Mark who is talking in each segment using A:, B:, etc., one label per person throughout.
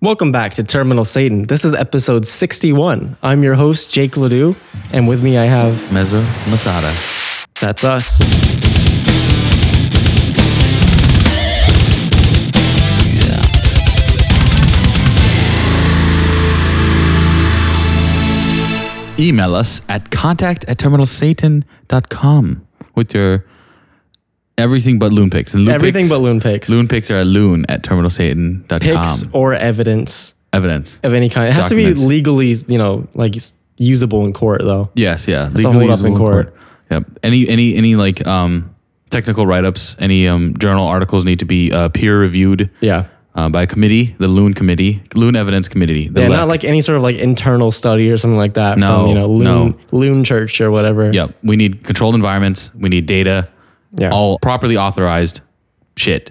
A: Welcome back to Terminal Satan. This is episode 61. I'm your host, Jake Ledoux, and with me I have
B: Mezra Masada.
A: That's Us.
B: Email us at contact at terminalsatan.com with your everything but loon pics. And loon
A: Everything
B: pics,
A: but loon pics.
B: Loon pics are at loon at terminalsatan.com.
A: Pics or evidence
B: Evidence.
A: of any kind. It has
B: Documents.
A: to be legally, you know, like it's usable in court though.
B: Yes, yeah.
A: a hold up in
B: usable
A: court.
B: Yep. Any any any like um technical write ups, any um journal articles need to be uh, peer reviewed
A: Yeah.
B: uh, by a committee, the loon committee, loon evidence committee. The
A: Yeah,
B: LEC.
A: not like any sort of like internal study or something like that
B: No,
A: from, you know, Loon,
B: no.
A: Loon Church or whatever.
B: Yep. We need controlled environments. We need data.
A: Yeah.
B: All properly authorized shit.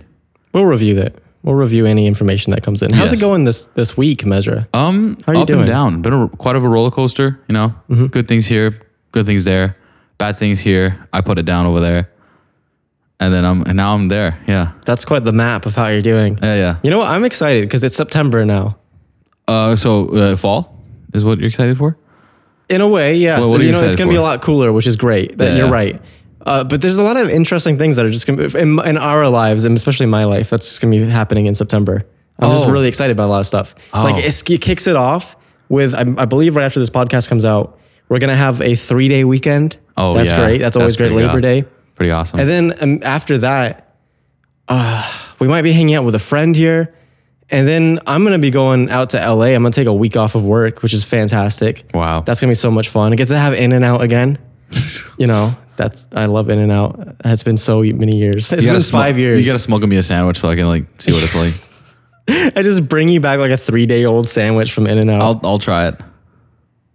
A: We'll review that. We'll review any information that comes in. How's
B: Yes.
A: it going this this week, Mesra?
B: Um,
A: you
B: up
A: doing?
B: and down. Been a, quite of a roller coaster. You know, good things here, good things there, bad things here. I put it down over there, and then I'm and now I'm there. Yeah,
A: That's quite the map of how you're doing.
B: yeah, yeah.
A: You know what? I'm excited because it's September now.
B: Uh, so uh, fall is what you're excited for.
A: In a way, yeah.
B: Well,
A: so
B: what are
A: you
B: you
A: know, it's
B: excited
A: going to be a
B: for?
A: lot cooler, which is great. That
B: Yeah,
A: you're
B: yeah.
A: right. Uh, but there's a lot of interesting things that are just going to in, in our lives, and especially my life, that's just going to be happening in September. I'm just
B: Oh.
A: really excited about a lot of stuff. Like
B: Oh.
A: it's, it kicks it off with, I, I believe, right after this podcast comes out, we're going to have a three day weekend.
B: Oh,
A: that's
B: yeah.
A: great. That's always great.
B: pretty
A: Labor
B: aw-
A: Day.
B: pretty awesome.
A: And then um, after that, uh, we might be hanging out with a friend here. And then I'm going to be going out to LA. I'm going to take a week off of work, which is fantastic.
B: wow,
A: That's going to be so much fun. I get to have In and Out again. you know, that's, I love In and Out. It's been so many years. It's
B: You
A: been
B: gotta smug-
A: five years.
B: You gotta smuggle me a sandwich so I can like see what it's like.
A: I just bring you back like a three day old sandwich from In and Out.
B: I'll I'll try it.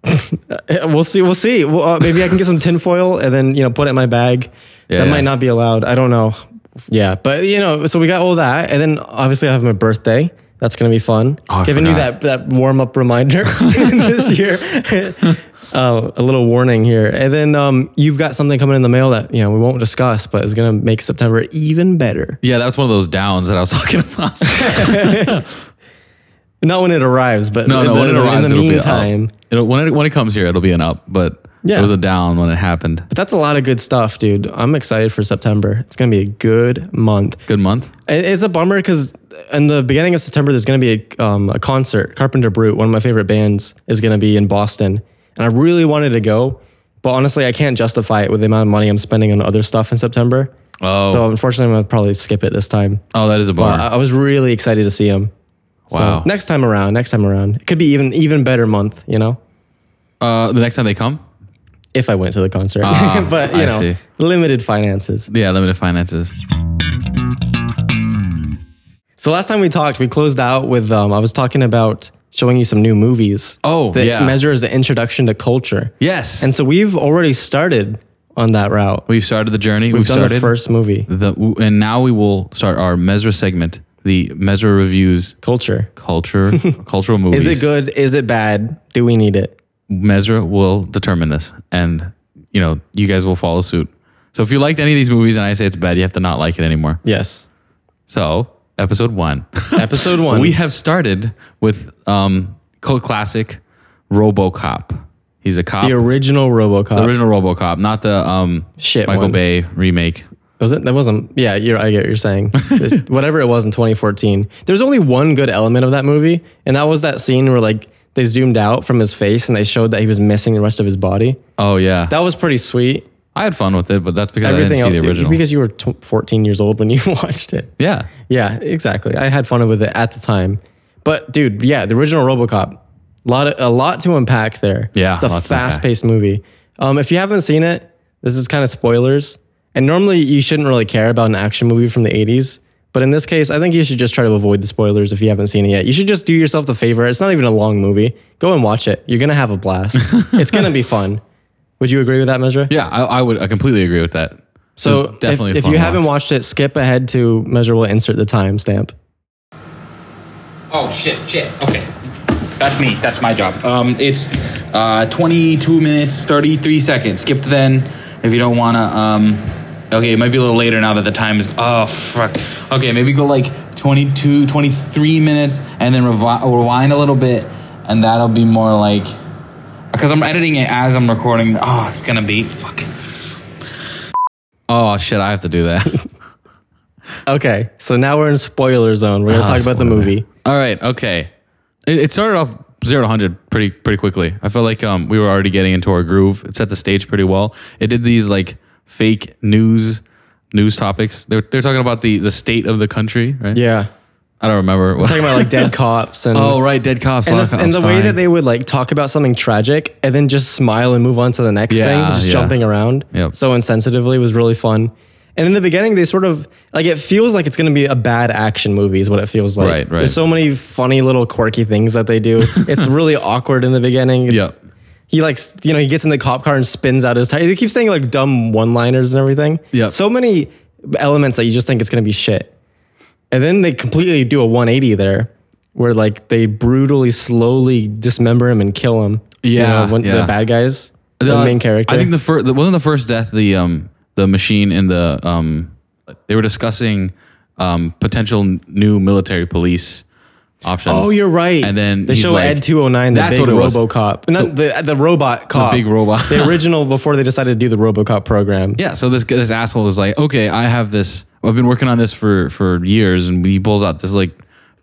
A: We'll see. We'll see. Well, uh, maybe I can get some tinfoil and then, you know, put it in my bag.
B: Yeah,
A: that
B: yeah.
A: might not be allowed. I don't know. Yeah, but you know, so we got all that, and then obviously I have my birthday. That's gonna be fun.
B: Oh, I
A: Giving you that
B: forgot.
A: that warm up reminder this year. uh, a little warning here, and then um, you've got something coming in the mail that you know we won't discuss, but is gonna make September even better.
B: Yeah, that was one of those downs that I was talking about.
A: Not when it arrives, but
B: No,
A: in
B: no.
A: the,
B: when it arrives,
A: in the
B: it'll
A: meantime.
B: be an up. It'll, when it when it comes here, it'll be an up. But
A: Yeah.
B: it was a down when it happened.
A: But that's a lot of good stuff, dude. I'm excited for September. It's gonna be a good month.
B: Good month.
A: It- It's a bummer because in the beginning of September, there's going to be a, um, a concert. Carpenter Brute, one of my favorite bands, is going to be in Boston. And I really wanted to go, but honestly, I can't justify it with the amount of money I'm spending on other stuff in September.
B: Oh.
A: So unfortunately, I'm going to probably skip it this time.
B: Oh, that is a bar.
A: I, I was really excited to see him. So
B: Wow.
A: next time around, next time around, it could be even even better month, you know,
B: Uh, the next time they come,
A: if I went to the concert.
B: Ah,
A: but, you
B: I
A: know,
B: see.
A: limited finances.
B: yeah, limited finances.
A: So last time we talked, we closed out with um, I was talking about showing you some new movies.
B: Oh,
A: that
B: yeah.
A: measures the introduction to culture.
B: Yes,
A: And
B: and
A: so we've already started on that route. We've,
B: we've started the journey. We've,
A: done
B: started
A: the
B: the,
A: first movie,
B: and now we will start our Mesra segment, the Mesra reviews
A: Culture.
B: culture cultural movies.
A: Is it good? Is it bad? Do we need it?
B: Mesra will determine this, and you know you guys will follow suit. So if you liked any of these movies and I say it's bad, you have to not like it anymore.
A: Yes.
B: So episode one,
A: Episode one.
B: we have started with um cult classic RoboCop. He's a cop.
A: the original RoboCop.
B: original RoboCop, not the um
A: Shit
B: Michael
A: one.
B: Bay remake.
A: was it? That wasn't. Yeah, you're, I get what you're saying. This- whatever it was in 2014. There's only one good element of that movie, and that was that scene where like they zoomed out from his face and they showed that he was missing the rest of his body.
B: Oh yeah,
A: That was pretty sweet.
B: I had fun with it, but that's because I didn't
A: Everything
B: see
A: else,
B: the original.
A: because you were t- 14 years old when you watched it.
B: yeah,
A: Yeah, exactly. I had fun with it at the time. But dude, yeah, the original RoboCop, lot of, a lot to unpack there.
B: Yeah,
A: it's a
B: lots to unpack.
A: fast-paced movie. Um, if you haven't seen it, this is kind of spoilers. And normally you shouldn't really care about an action movie from the 80s, but in this case, I think you should just try to avoid the spoilers if you haven't seen it yet. You should just do yourself the favor. It's not even a long movie. Go and watch it. You're gonna have a blast. it's gonna be fun. Would you agree with that, Measure?
B: yeah, I, I would. I completely agree with that.
A: So
B: It was
A: if- if, you haven't watched it, skip ahead to measurable insert the timestamp.
C: Oh shit, shit. Okay. That's me. That's my job. Um, it's uh, 22 minutes 33 seconds. Skip to then if you don't wanna. Um, okay, it might be a little later now that the time is. Oh fuck. Okay, maybe go like 22, 23 minutes, and then revi- rewind a little bit, and that'll be more like. Because I'm editing it as I'm recording. Oh, it's gonna be fucking.
B: Oh shit! I have to do that.
A: Okay, so now we're in spoiler zone. We're gonna talk about the movie.
B: All right. Okay. It, it started off zero to hundred pretty pretty quickly. I felt like um we were already getting into our groove. It set the stage pretty well. It did these like fake news news topics. They're they're talking about the the state of the country, right?
A: Yeah,
B: I don't remember. What.
A: talking about like dead cops and
B: oh right, dead cops. a
A: and
B: lot
A: the,
B: of
A: and
B: cops
A: the way that
B: dying.
A: they would like talk about something tragic and then just smile and move on to the next thing,
B: Yeah,
A: just
B: yeah.
A: jumping around
B: Yep.
A: so insensitively was really fun. And in the beginning, they sort of like it feels like it's going to be a bad action movie, is what it feels like.
B: Right, right.
A: There's so many funny little quirky things that they do. it's really awkward in the beginning. It's,
B: Yep.
A: He like s- you know he gets in the cop car and spins out his tire. He keeps saying like dumb one liners and everything.
B: Yep.
A: So many elements that you just think it's going to be shit. And then they completely do a 180 there where like they brutally slowly dismember him and kill him.
B: Yeah,
A: when
B: yeah.
A: the bad guys, the,
B: Uh,
A: main character.
B: I think the first wasn't the first death the um the machine and the um they were discussing um potential n- new military police options.
A: Oh, you're right.
B: And then
A: they
B: he's
A: show
B: like-
A: Ed 209, the
B: That's
A: big
B: what it was.
A: RoboCop. Not the the robot cop.
B: big robot.
A: the original before they decided to do the RoboCop program.
B: Yeah, so this this asshole is like, okay, I have this. I've been working on this for for years, and he pulls out this like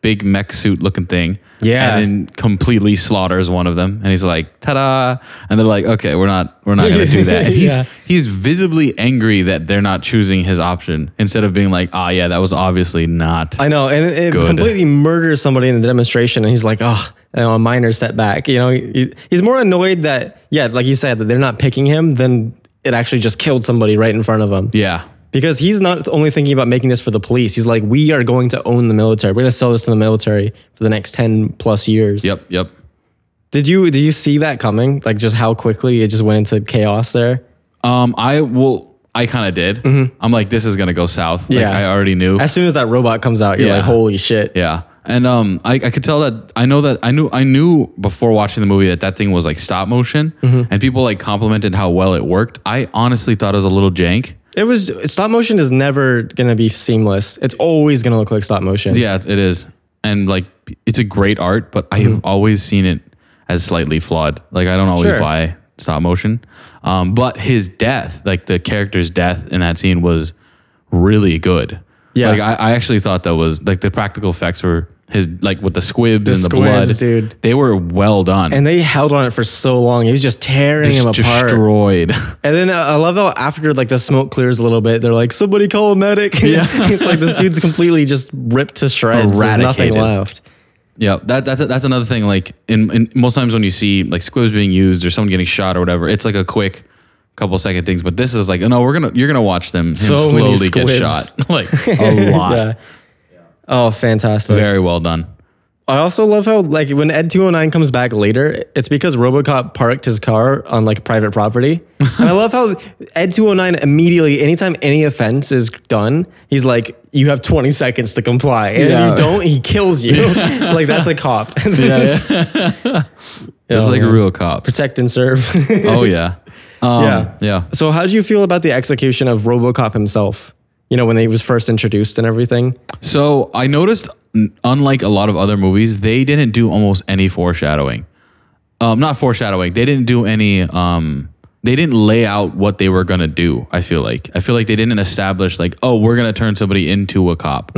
B: big mech suit looking thing.
A: Yeah.
B: and then completely slaughters one of them, and he's like, ta da! And they're like, okay, we're not we're not gonna do that. And he's
A: Yeah.
B: he's visibly angry that they're not choosing his option instead of being like, ah, yeah, that was obviously not.
A: I know, and it, it
B: Good.
A: completely murders somebody in the demonstration, and he's like, "Oh, you know, a minor setback." You know, he, he's more annoyed that, yeah, like you said, that they're not picking him than it actually just killed somebody right in front of him.
B: yeah,
A: Because he's not only thinking about making this for the police. He's like, we are going to own the military. We're going to sell this to the military for the next 10 plus years.
B: yep, yep.
A: Did you did you see that coming? Like just how quickly it just went into chaos there?
B: Um, I will. I kind of did. I'm like, this is gonna go south.
A: Mm-hmm.
B: Like,
A: Yeah.
B: I already knew.
A: As soon as that robot comes out, you're
B: Yeah.
A: like, holy shit.
B: Yeah. And um, I, I could tell that I know that I knew I knew before watching the movie that that thing was like stop motion,
A: Mm-hmm.
B: and people like complimented how well it worked. I honestly thought it was a little jank.
A: It was stop motion is never going to be seamless. It's always going to look like stop motion.
B: Yeah, it's, it is, and like it's a great art, but I have always seen it as slightly flawed. Like I don't always
A: Mm-hmm. Sure.
B: buy stop motion, um, but his death, like the character's death in that scene, was really good.
A: Yeah.
B: like I, I actually thought that was like the practical effects were his like with the squibs and the
A: squibs,
B: blood,
A: dude.
B: They were well done.
A: And they held on it for so long. He was just tearing him
B: Just
A: apart.
B: destroyed.
A: And then uh, I love how after like the smoke clears a little bit, they're like, "Somebody call a medic." Yeah, it's like this dude's completely just ripped to shreds. There's nothing
B: Eradicated.
A: left.
B: yeah, that, that's that's another thing. Like in, in most times when you see like squibs being used or someone getting shot or whatever, it's like a quick couple second things. But this is like, no, we're gonna you're gonna watch them him
A: So many
B: slowly get
A: squibs.
B: shot like a lot.
A: Yeah. Oh, fantastic!
B: Very well done.
A: I also love how like when Ed 209 comes back later, it's because RoboCop parked his car on like private property. and I love how Ed 209 immediately anytime any offense is done, he's like you have 20 seconds to comply. And if
B: Yeah.
A: you don't, he kills you. like that's a cop.
B: Yeah, yeah. it's like
A: man.
B: real cops.
A: Protect and serve.
B: Oh yeah, um,
A: Yeah.
B: yeah,
A: So how did you feel about the execution of RoboCop himself? You know, when he was first introduced and everything.
B: So I noticed, n- unlike a lot of other movies, they didn't do almost any foreshadowing. Um, not foreshadowing. They didn't do any. Um, they didn't lay out what they were gonna do. I feel like. I feel like they didn't establish like, oh, we're gonna turn somebody into a cop.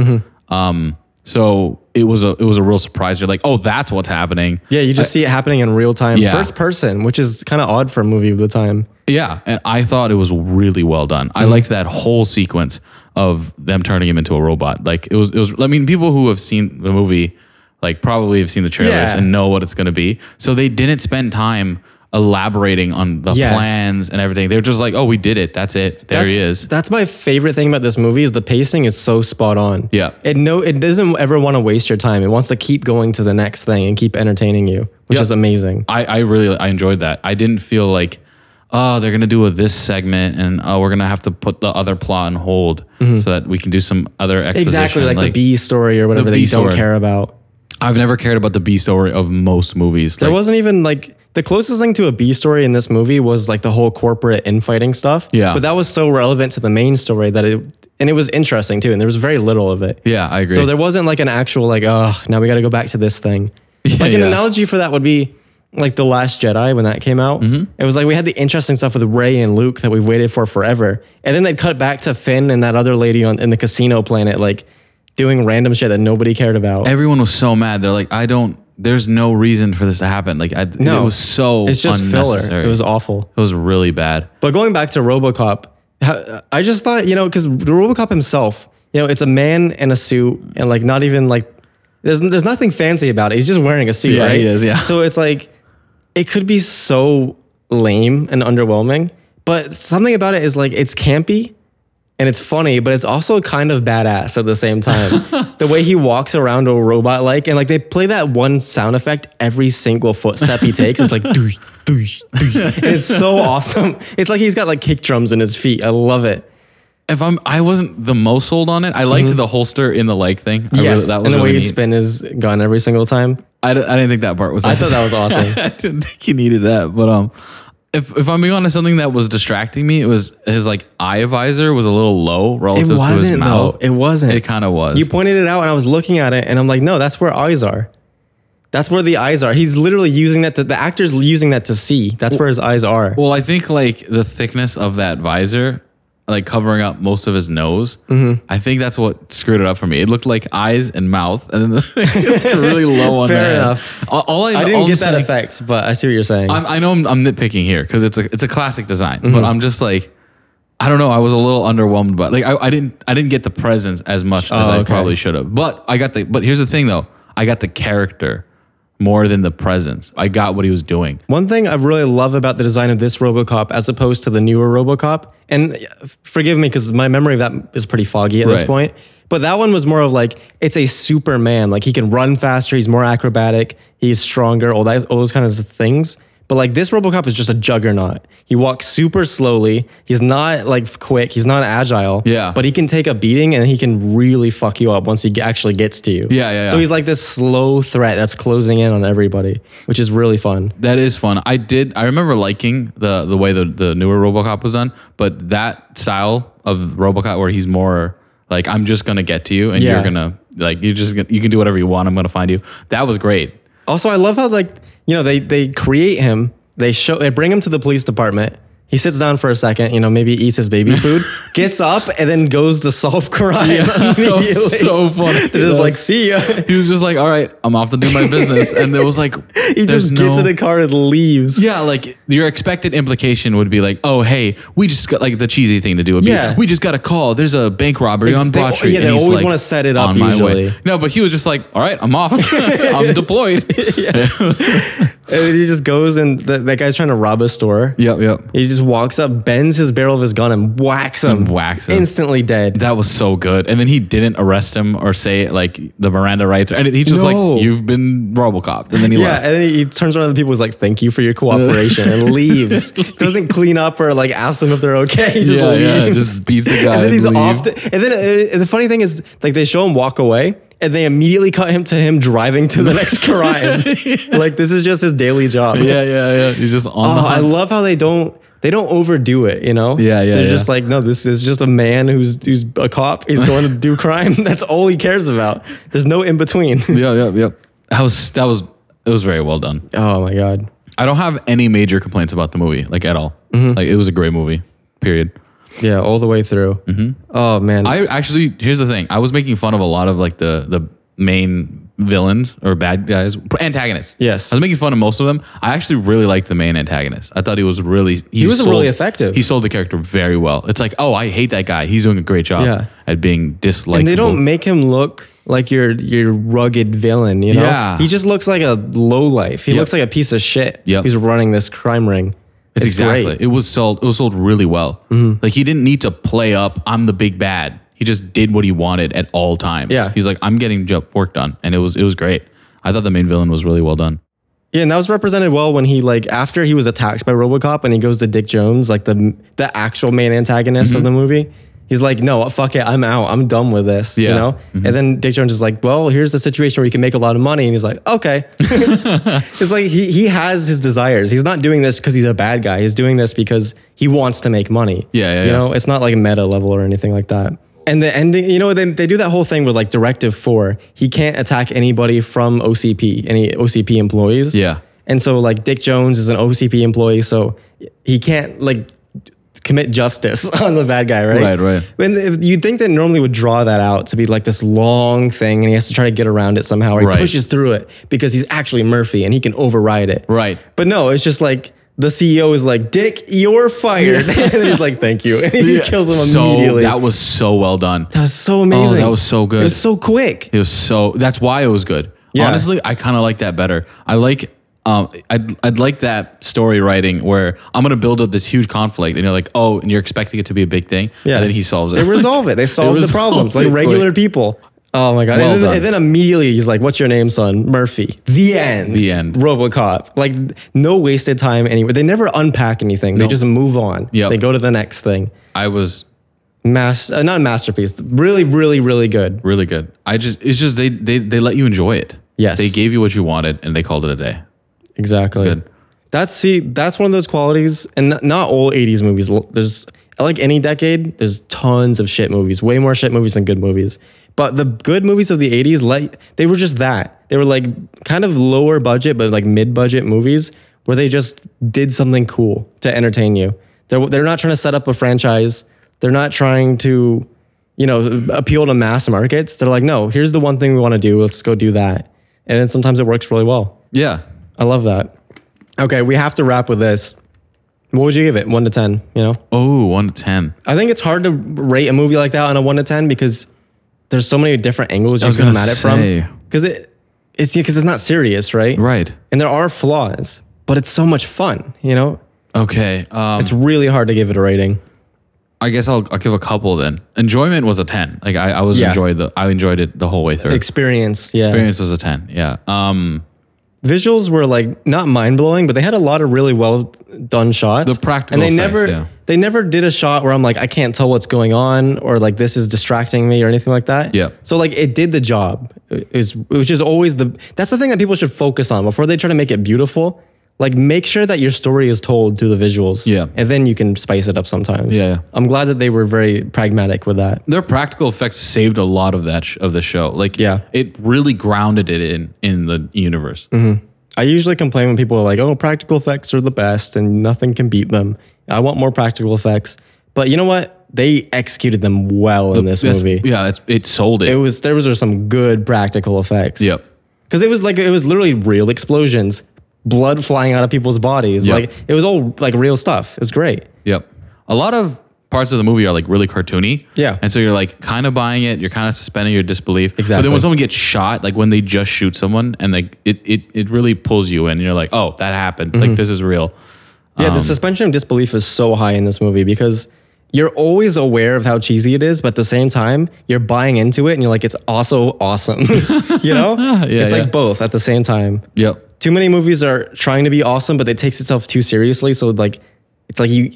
B: Um, so it was a it was a real surprise. You're like, oh, that's what's happening.
A: Yeah, you just see it happening in real time,
B: Yeah.
A: first person, which is kind of odd for a movie of the time.
B: Yeah, and I thought it was really well done.
A: Mm.
B: I liked that whole sequence of them turning him into a robot. Like it was, it was. I mean, people who have seen the movie, like probably have seen the trailers
A: Yeah.
B: and know what it's going to be. So they didn't spend time elaborating on the
A: Yes.
B: plans and everything. They're just like, "Oh, we did it. That's it. There
A: that's,
B: he is."
A: That's my favorite thing about this movie is the pacing is so spot on.
B: Yeah.
A: It no, it doesn't ever want to waste your time. It wants to keep going to the next thing and keep entertaining you, which
B: Yeah.
A: is amazing.
B: I, I really I enjoyed that. I didn't feel like oh they're gonna do a this segment and oh we're gonna have to put the other plot on hold so that we can do some other exposition.
A: Mm-hmm. Exactly like, the B story or whatever that
B: B
A: you don't
B: story.
A: care about.
B: I've never cared about the B story of most movies.
A: There
B: Like,
A: wasn't even like the closest thing to a B story in this movie was like the whole corporate infighting stuff.
B: Yeah.
A: But that was so relevant to the main story that it and it was interesting too. And there was very little of it.
B: Yeah, I agree.
A: So there wasn't like an actual like, oh, now we got to go back to this thing. like an
B: yeah.
A: analogy for that would be like the Last Jedi when that came out.
B: Mm-hmm.
A: It was like we had the interesting stuff with Ray and Luke that we waited for forever, and then they'd cut back to Finn and that other lady on in the casino planet, like doing random shit that nobody cared about.
B: Everyone was so mad. They're like, I don't. There's no reason for this to happen. Like, I,
A: No.
B: it was so
A: it's just filler.
B: unnecessary.
A: It was awful.
B: It was really bad.
A: But going back to RoboCop, how- I just thought you know because RoboCop himself, you know, it's a man in a suit and like not even like there's there's nothing fancy about it. He's just wearing a suit,
B: Yeah,
A: right?
B: he is, yeah.
A: So it's like it could be so lame and underwhelming, but something about it is like it's campy and it's funny, but it's also kind of badass at the same time. the way he walks around a robot like, and like they play that one sound effect every single footstep he takes. It's like, doosh, doosh, doosh. And it's so awesome. It's like he's got like kick drums in his feet. I love it.
B: If I'm, I wasn't the most sold on it. I liked the holster in the leg thing. I
A: Mhm. Yes,
B: really, that
A: and
B: was
A: the
B: really
A: way he'd
B: neat.
A: spin his gun every single time.
B: I, d- I didn't think that part was.
A: I thought that was awesome.
B: I didn't think he needed that, but um, if if I'm being honest, something that was distracting me, it was his like eye visor was a little low
A: It
B: relative to his
A: wasn't
B: mouth.
A: though. It wasn't.
B: It kind of was.
A: you pointed it out, and I was looking at it, and I'm like, no, that's where eyes are. That's where the eyes are. He's literally using that. To, the actor's using that to see. That's where his eyes are.
B: well, I think like the thickness of that visor, like covering up most of his nose.
A: Mm-hmm.
B: I think that's what screwed it up for me. It looked like eyes and mouth, and then the really low on
A: Fair
B: there.
A: enough.
B: All, all I,
A: I
B: all
A: didn't
B: I'm
A: get that
B: saying-
A: effect, but I see what you're saying.
B: I'm, I know I'm, I'm nitpicking here because it's a it's a classic design,
A: Mm-hmm.
B: but I'm just like, I don't know. I was a little underwhelmed, but like I, I didn't I didn't get the presence as much as
A: Oh,
B: I
A: okay.
B: probably should have. But I got the but here's the thing though, I got the character more than the presence. I got what he was doing.
A: One thing I really love about the design of this RoboCop as opposed to the newer RoboCop, and forgive me because my memory of that is pretty foggy at this
B: Right.
A: point, but that one was more of like it's a Superman, like he can run faster, he's more acrobatic, he's stronger, all that, all those kind of things. But like this RoboCop is just a juggernaut. He walks super slowly. He's not like quick. He's not agile.
B: Yeah.
A: But he can take a beating and he can really fuck you up once he g- actually gets to you.
B: Yeah, yeah,
A: So
B: yeah.
A: he's like this slow threat that's closing in on everybody, which is really fun.
B: That is fun. I did. I remember liking the the way the the newer RoboCop was done, but that style of RoboCop where he's more like I'm just gonna get to you and
A: Yeah.
B: you're gonna like you're just gonna, you can do whatever you want. I'm gonna find you. That was great.
A: Also, I love how like you know they they create him. They show they bring him to the police department. He sits down for a second, you know, maybe eats his baby food, gets up, and then goes to solve crime
B: That
A: immediately.
B: was Oh, so funny.
A: They're just like, see ya.
B: He was just like, all right, I'm off to do my business. And there was like,
A: He just gets in the car and leaves.
B: Yeah, like your expected implication would be like, oh, hey, we just got like the cheesy thing to do would be,
A: Yeah.
B: we just got a call. There's a bank robbery
A: It's-
B: on
A: they-
B: Broad Street.
A: yeah, they
B: and he's,
A: always
B: like,
A: wanna set it up
B: "On my way."
A: usually.
B: No, but he was just like, all right, I'm off. I'm deployed.
A: And then he just goes and th- that guy's trying to rob a store.
B: Yep, yep.
A: He just walks up, bends his barrel of his gun, and whacks him.
B: whacks him.
A: Instantly dead.
B: That was so good. And then he didn't arrest him or say like the Miranda rights. And he just
A: No.
B: like, you've been Robocop. And then he
A: Yeah,
B: left.
A: and then he turns around to the people who's like, "Thank you for your cooperation," and leaves. Doesn't clean up or like ask them if they're okay. He just
B: yeah,
A: leaves.
B: yeah, just beats the guy.
A: and then he's
B: leave.
A: off. To, and then uh, the funny thing is, like, they show him walk away, and they immediately cut him to him driving to the next crime. Like, this is just his daily job.
B: yeah, yeah, yeah. He's just on
A: Oh,
B: the
A: I love how they don't. They don't overdo it, you know.
B: Yeah, yeah,
A: They're
B: yeah.
A: just like, no, this is just a man who's who's a cop. He's going to do crime. That's all he cares about. There's no in between.
B: Yeah, yeah, yeah. That was that was it was very well done.
A: oh my god.
B: I don't have any major complaints about the movie, like at all.
A: Mm-hmm.
B: Like it was a great movie. Period.
A: Yeah, all the way through. Mm-hmm. Oh man,
B: I actually here's the thing. I was making fun of a lot of like the the main villains or bad guys antagonists.
A: Yes.
B: I was making fun of most of them. I actually really liked the main antagonist. I thought he was really he,
A: was really effective.
B: He sold the character very well. It's like, oh, I hate that guy. He's doing a great job
A: Yeah.
B: at being disliked.
A: And they don't make him look like your your rugged villain, you know?
B: Yeah.
A: He just looks like a low life. He
B: Yep.
A: looks like a piece of shit
B: Yep.
A: who's running this crime ring.
B: It's, exactly.
A: great. Mm-hmm.
B: It was sold. It was sold really well. Like he didn't need to play up. I'm the big bad. He just did what he wanted at all times.
A: Yeah.
B: He's like, I'm getting job work done, and it was it was great. I thought the main villain was really well done.
A: Yeah, and that was represented well when he like after he was attacked by RoboCop and he goes to Dick Jones, like the the actual main antagonist of the
B: Mm-hmm.
A: movie. He's like, no, fuck it, I'm out. I'm done with this. You
B: Yeah. Mm-hmm.
A: know? And then Dick Jones is like, well, here's the situation where you can make a lot of money. And he's like, okay. it's like he he has his desires. He's not doing this because he's a bad guy. He's doing this because he wants to make money.
B: Yeah, yeah,
A: You
B: yeah.
A: know, it's not like meta level or anything like that. And the ending, you know, they, they do that whole thing with like Directive 4. He can't attack anybody from OCP, any OCP employees.
B: Yeah.
A: And so, like, Dick Jones is an OCP employee, so he can't, like, commit justice on the bad guy, right?
B: Right, right.
A: And if- you'd think that normally would draw that out to be like this long thing and he has to try to get around it somehow, or he
B: Right.
A: pushes through it because he's actually Murphy and he can override it.
B: Right.
A: But no, it's just like the CEO is like, Dick, you're fired. and he's like, thank you. And he just kills him
B: so
A: immediately.
B: that was so well done.
A: That was so amazing.
B: was so good.
A: It was so quick.
B: It was so. That's why it was good.
A: Yeah.
B: Honestly, I kind of like that better. I like. Um, I'd I'd like that story writing where I'm gonna build up this huge conflict, and you're like, oh, and you're expecting it to be a big thing,
A: Yeah.
B: and then he solves it.
A: They resolve it. They solve the
B: resolves
A: problems
B: it
A: like
B: quick.
A: regular people. Oh my god!
B: Well
A: and, then,
B: done.
A: and then immediately he's like, "What's your name, son? Murphy." The end.
B: The end.
A: RoboCop. Like no wasted time anywhere. They never unpack anything. They just move on.
B: Yep.
A: They go to the next thing.
B: I was
A: Mas- uh, not masterpiece. Really, really, really good.
B: really good. I just it's just they they they let you enjoy it.
A: Yes.
B: they gave you what you wanted, and they called it a day.
A: Exactly.
B: It's good.
A: That's see. That's one of those qualities, and not, not all '80s movies. L- There's like any decade. There's tons of shit movies. Way more shit movies than good movies. But the good movies of the '80s, like they were just that. They were like kind of lower budget, but like mid budget movies where they just did something cool to entertain you. They're they're not trying to set up a franchise. They're not trying to, you know, appeal to mass markets. They're like, no, here's the one thing we want to do. Let's go do that. And then sometimes it works really well.
B: Yeah,
A: I love that. Okay, we have to wrap with this. What would you give it? One to ten. You know,
B: Oh, one to ten.
A: I think it's hard to rate a movie like that on a one to ten because there's so many different angles you
B: was
A: can come
B: gonna
A: at it
B: say.
A: from. Because it, it's because it's not serious, right?
B: Right.
A: And there are flaws, but it's so much fun. You know,
B: Okay. Um,
A: it's really hard to give it a rating.
B: I guess I'll, I'll give a couple then. Enjoyment was a ten. Like I, I was
A: Yeah.
B: enjoyed the I enjoyed it the whole way through.
A: Experience, yeah.
B: Experience was a ten. Yeah. Um,
A: Visuals were like not mind blowing, but they had a lot of really well done shots.
B: The practical
A: and they
B: effects,
A: never
B: yeah.
A: they never did a shot where I'm like I can't tell what's going on or like this is distracting me or anything like that.
B: Yeah.
A: So like it did the job. It is which is always the that's the thing that people should focus on before they try to make it beautiful. Like make sure that your story is told through the visuals.
B: Yeah.
A: And then you can spice it up sometimes.
B: Yeah, yeah.
A: I'm glad that they were very pragmatic with that.
B: their practical effects saved a lot of that sh- of the show. Like
A: Yeah.
B: it really grounded it in in the universe.
A: Mm-hmm, I usually complain when people are like, oh, practical effects are the best and nothing can beat them. I want more practical effects. But you know what? They executed them well in this
B: That's-
A: movie.
B: Yeah, it's, it sold it.
A: It was there was there some good practical effects.
B: yep.
A: Because it was like it was literally real explosions, blood flying out of people's bodies.
B: Yeah.
A: Like it was all like real stuff. It's great.
B: Yep. A lot of parts of the movie are like really cartoony.
A: Yeah.
B: And so you're like kind of buying it. You're kind of suspending your disbelief. But
A: Exactly.
B: then when someone gets shot, like when they just shoot someone and like it, it, it really pulls you in. You're like, oh, that happened.
A: Mm-hmm.
B: Like this is real.
A: Yeah,
B: Um,
A: the suspension of disbelief is so high in this movie because you're always aware of how cheesy it is, but at the same time, you're buying into it and you're like, it's also awesome. you know? it's
B: yeah.
A: like both at the same time.
B: Yep.
A: Too many movies are trying to be awesome, but it takes itself too seriously. So like it's like you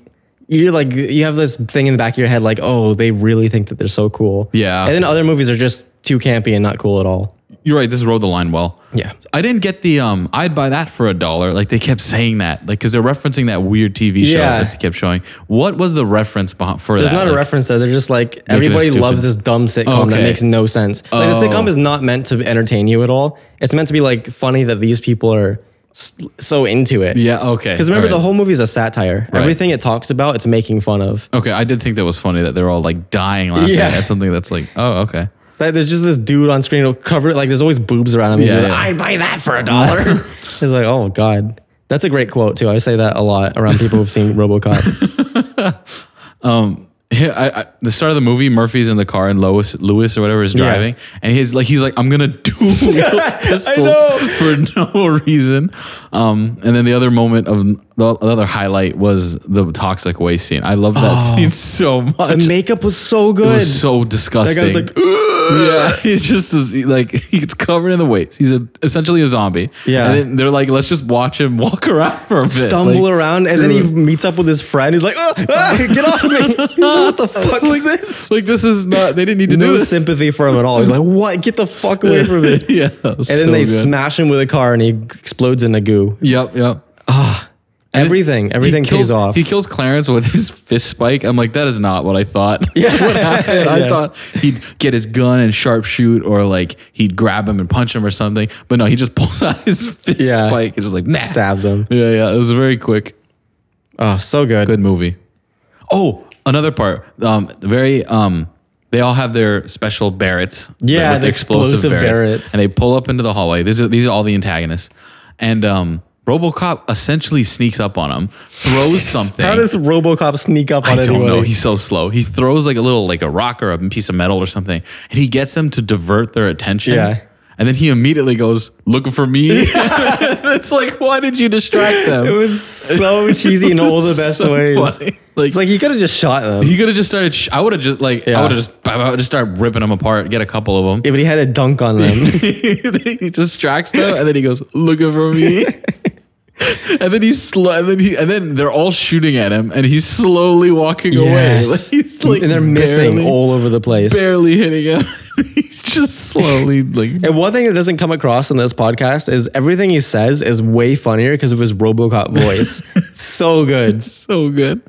A: you're like you have this thing in the back of your head, like, oh, they really think that they're so cool.
B: Yeah.
A: And then other movies are just too campy and not cool at all.
B: You're right. This rode the line well.
A: Yeah.
B: I didn't get the um. I'd buy that for a dollar. Like they kept saying that, like because they're referencing that weird TV show
A: Yeah.
B: that they kept showing. What was the reference behind for
A: There's
B: that?
A: not a
B: Like,
A: reference there. They're just like everybody
B: stupid.
A: loves this dumb sitcom that
B: Okay.
A: makes no sense. Like the
B: Oh.
A: sitcom is not meant to entertain you at all. It's meant to be like funny that these people are s- so into it.
B: Yeah. Okay.
A: Because remember,
B: All right.
A: the whole movie is a satire. Everything it talks about, it's making fun of.
B: Okay, I did think that was funny that they're all like dying laughing
A: Yeah.
B: at something that's like, oh, okay.
A: Like, there's just this dude on screen who'll cover it. Like there's always boobs around him. He's
B: Yeah,
A: like,
B: yeah.
A: I buy that for a dollar. it's like, oh god, that's a great quote too. I say that a lot around people who've seen RoboCop.
B: Yeah, I, I, the start of the movie, Murphy's in the car and Lois, Lewis or whatever is driving, and he's like, he's like, I'm gonna duel
A: know.
B: pistols for no reason. Um, and then the other moment of the, the other highlight was the toxic waste scene. I love that
A: Oh.
B: scene so much.
A: The makeup was so
B: it
A: good.
B: was so
A: that
B: disgusting.
A: guy was like, "Ugh."
B: Yeah, he's just this- he, like he's covered in the waste. He's a, essentially a zombie.
A: Yeah.
B: and then they're like, let's just watch him walk around for a bit,
A: stumble
B: Like,
A: around, and then he
B: screw it.
A: meets up with his friend. He's like, "Ah, ah, "Get off me! He's like, what the fuck
B: It's like,
A: is this?"
B: like this is not. They didn't need to do
A: No
B: this.
A: sympathy for him at all. He's like, "What? Get the fuck away from me!"
B: yeah, and
A: And then they smash him with a car, and he explodes in a goo.
B: Yep, yep.
A: Everything, everything
B: he kills,
A: pays off.
B: He kills Clarence with his fist spike. I'm like, that is not what I thought.
A: Yeah.
B: what happened? I
A: Yeah.
B: thought he'd get his gun and sharpshoot, or like he'd grab him and punch him or something. But no, he just pulls out his fist
A: Yeah.
B: spike. It's just like, nah.
A: Stabs him.
B: Yeah, yeah. It was very quick.
A: Oh, so good.
B: Good movie. Oh, another part. Um, very. Um, they all have their special Barretts.
A: Yeah,
B: with
A: the explosive Barretts.
B: And they pull up into the hallway. These are these are all the antagonists, and um, RoboCop essentially sneaks up on them, throws something.
A: How does RoboCop sneak up on
B: I
A: anybody?
B: don't know. He's so slow. He throws like a little like a rock or a piece of metal or something, and he gets them to divert their attention.
A: Yeah.
B: And then he immediately goes looking for me. it's like, why did you distract them?
A: it was so cheesy in all the best
B: So
A: ways.
B: funny.
A: It's like you could have just shot them.
B: He could have just started. Sh- I would have just like. I
A: Yeah.
B: would have just. I would just start ripping them apart. Get a couple of them.
A: Yeah, but he had a dunk on them.
B: he distracts them, and then he goes looking for me. and then he's slow. And then he. And then they're all shooting at him, and he's slowly walking away. Like, he's like,
A: and they're missing
B: barely-
A: all over the place.
B: barely hitting him. he's just slowly like.
A: And one thing that doesn't come across in this podcast is everything he says is way funnier because of his RoboCop voice. so good.
B: so good.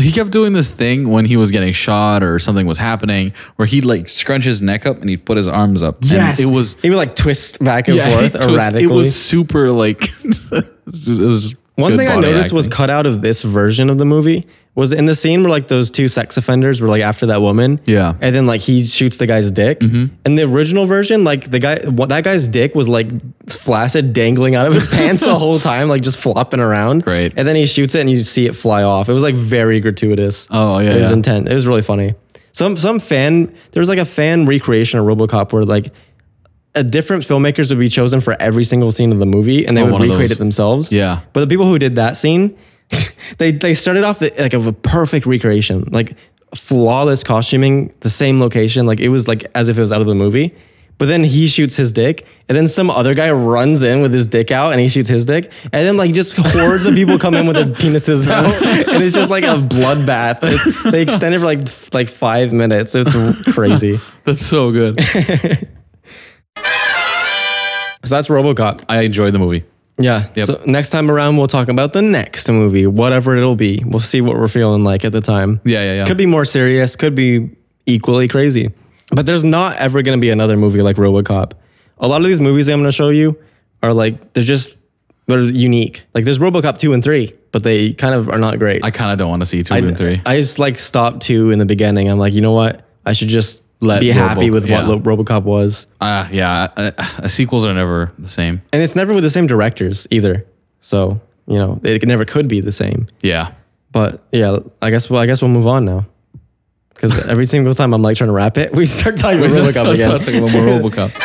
B: He kept doing this thing when he was getting shot or something was happening where he'd like scrunch his neck up and he'd put his arms up. And it was
A: He would like twist back and
B: he
A: forth
B: twist-
A: erratically.
B: It was super like. it was just- it was just
A: One
B: good
A: thing I
B: body
A: noticed was
B: acting.
A: cut out of this version of the movie was in the scene where like those two sex offenders were like after that woman.
B: Yeah. Mm-hmm.
A: And then like he shoots the guy's dick. In the original version, like the guy, what, that guy's dick was like flaccid dangling out of his pants the whole time, like just flopping around.
B: Great.
A: And then he shoots it and you see it fly off. It was like very gratuitous.
B: Oh, yeah,
A: It was
B: yeah.
A: intent. It was really funny. Some some fan there was like a fan recreation of RoboCop where like a different filmmakers would be chosen for every single scene of the movie and they
B: Oh,
A: would
B: one of
A: recreate
B: those.
A: it themselves.
B: Yeah.
A: But the people who did that scene, they they started off the, like of a perfect recreation, like flawless costuming, the same location, like it was like as if it was out of the movie. But then he shoots his dick, and then some other guy runs in with his dick out, and he shoots his dick, and then like just hordes of people come in with their penises out, and it's just like a bloodbath. It- they extend it for like f- like five minutes. It's crazy.
B: That's so good.
A: So that's RoboCop.
B: I enjoyed the movie.
A: Yeah. So next time around, we'll talk about the next movie, whatever it'll be. We'll see what we're feeling like at the time.
B: Yeah, yeah, yeah.
A: Could be more serious, could be equally crazy. But there's not ever going to be another movie like Robocop. A lot of these movies I'm going to show you are like, they're just, they're unique. Like there's Robocop 2 and 3, but they kind of are not great.
B: I kind of don't want to see two and three.
A: I just like stopped 2 in the beginning. I'm like, you know what? I should just
B: Let
A: be happy
B: Robo-
A: with
B: yeah.
A: what Lo- Robocop was.
B: Uh, yeah, uh, uh, sequels are never the same.
A: And it's never with the same directors either. So, you know, it never could be the same.
B: Yeah.
A: But yeah, I guess well, I guess we'll move on now. Because every single time I'm like trying to wrap it, we start talking about RoboCop
B: Let's
A: again.
B: not talk about more RoboCop.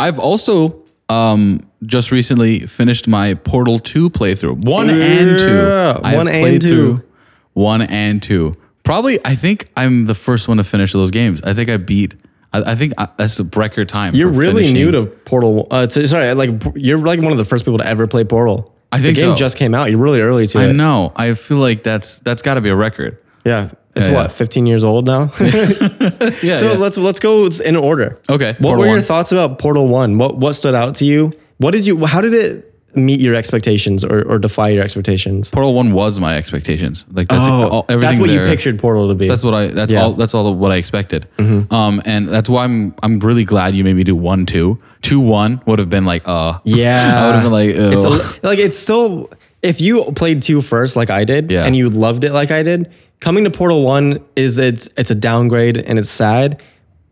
B: I've also um, just recently finished my Portal 2 playthrough. One and two.
A: Yeah,
B: I have
A: one and
B: played
A: two.
B: through One and two. Probably, I think I'm the first one to finish those games. I think I beat. I, I think I, that's a record time.
A: You're
B: for
A: really
B: finishing.
A: new to Portal. Uh, to, sorry, like p- you're like one of the first people to ever play Portal.
B: I think
A: the game
B: so.
A: just came out. You're really early to
B: I
A: it.
B: know. I feel like that's that's got to be a record.
A: Yeah, it's
B: Yeah,
A: what
B: yeah.
A: 15 years old now.
B: Yeah.
A: so
B: yeah.
A: let's let's go in order.
B: Okay,
A: What
B: Portal
A: were your
B: one.
A: thoughts about Portal One? What what stood out to you? What did you? How did it meet your expectations or, or defy your expectations?
B: Portal One was my expectations. Like that's all, Oh, everything.
A: Oh, that's what
B: there-
A: you pictured Portal to be.
B: That's what I. That's
A: Yeah. Mm-hmm.
B: all. That's all of what I expected. Um, and that's why I'm. I'm really glad you made me do one two. Two one would have been like uh.
A: Yeah.
B: I would have been like Ew.
A: It's a, like it's still if you played two first like I did
B: Yeah.
A: and you loved it like I did, coming to Portal 1 is it's it's a downgrade and it's sad,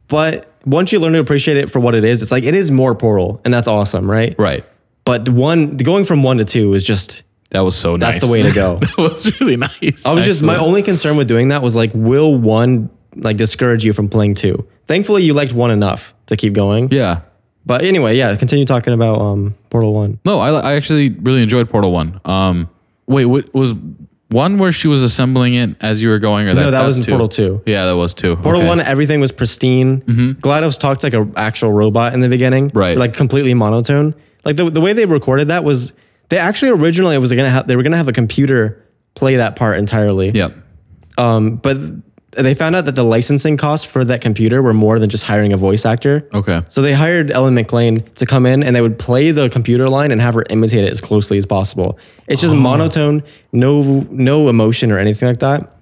A: but once you learn to appreciate it for what it is, it's like it is more Portal and that's awesome, right?
B: right.
A: But one going from 1 to 2 is just
B: That was so nice.
A: that's the way to go.
B: that was really nice.
A: I was just my
B: actually.
A: only concern with doing that was like will 1 like discourage you from playing 2? Thankfully you liked 1 enough to keep going.
B: Yeah.
A: But anyway, yeah, continue talking about um Portal 1.
B: No, I I actually really enjoyed Portal One. Um, wait, what was one where she was assembling it as you were going, or that,
A: No, that was in
B: two?
A: Portal 2.
B: Yeah, that was two.
A: Portal One, everything was pristine. GLaDOS talked like an actual robot in the beginning,
B: Right.
A: Like completely monotone. Like the, the way they recorded that was they actually originally was gonna have they were gonna have a computer play that part entirely.
B: Yep.
A: Um, but they found out that the licensing costs for that computer were more than just hiring a voice actor.
B: Okay.
A: So they hired Ellen McLean to come in and they would play the computer line and have her imitate it as closely as possible. It's just monotone, no no emotion or anything like that.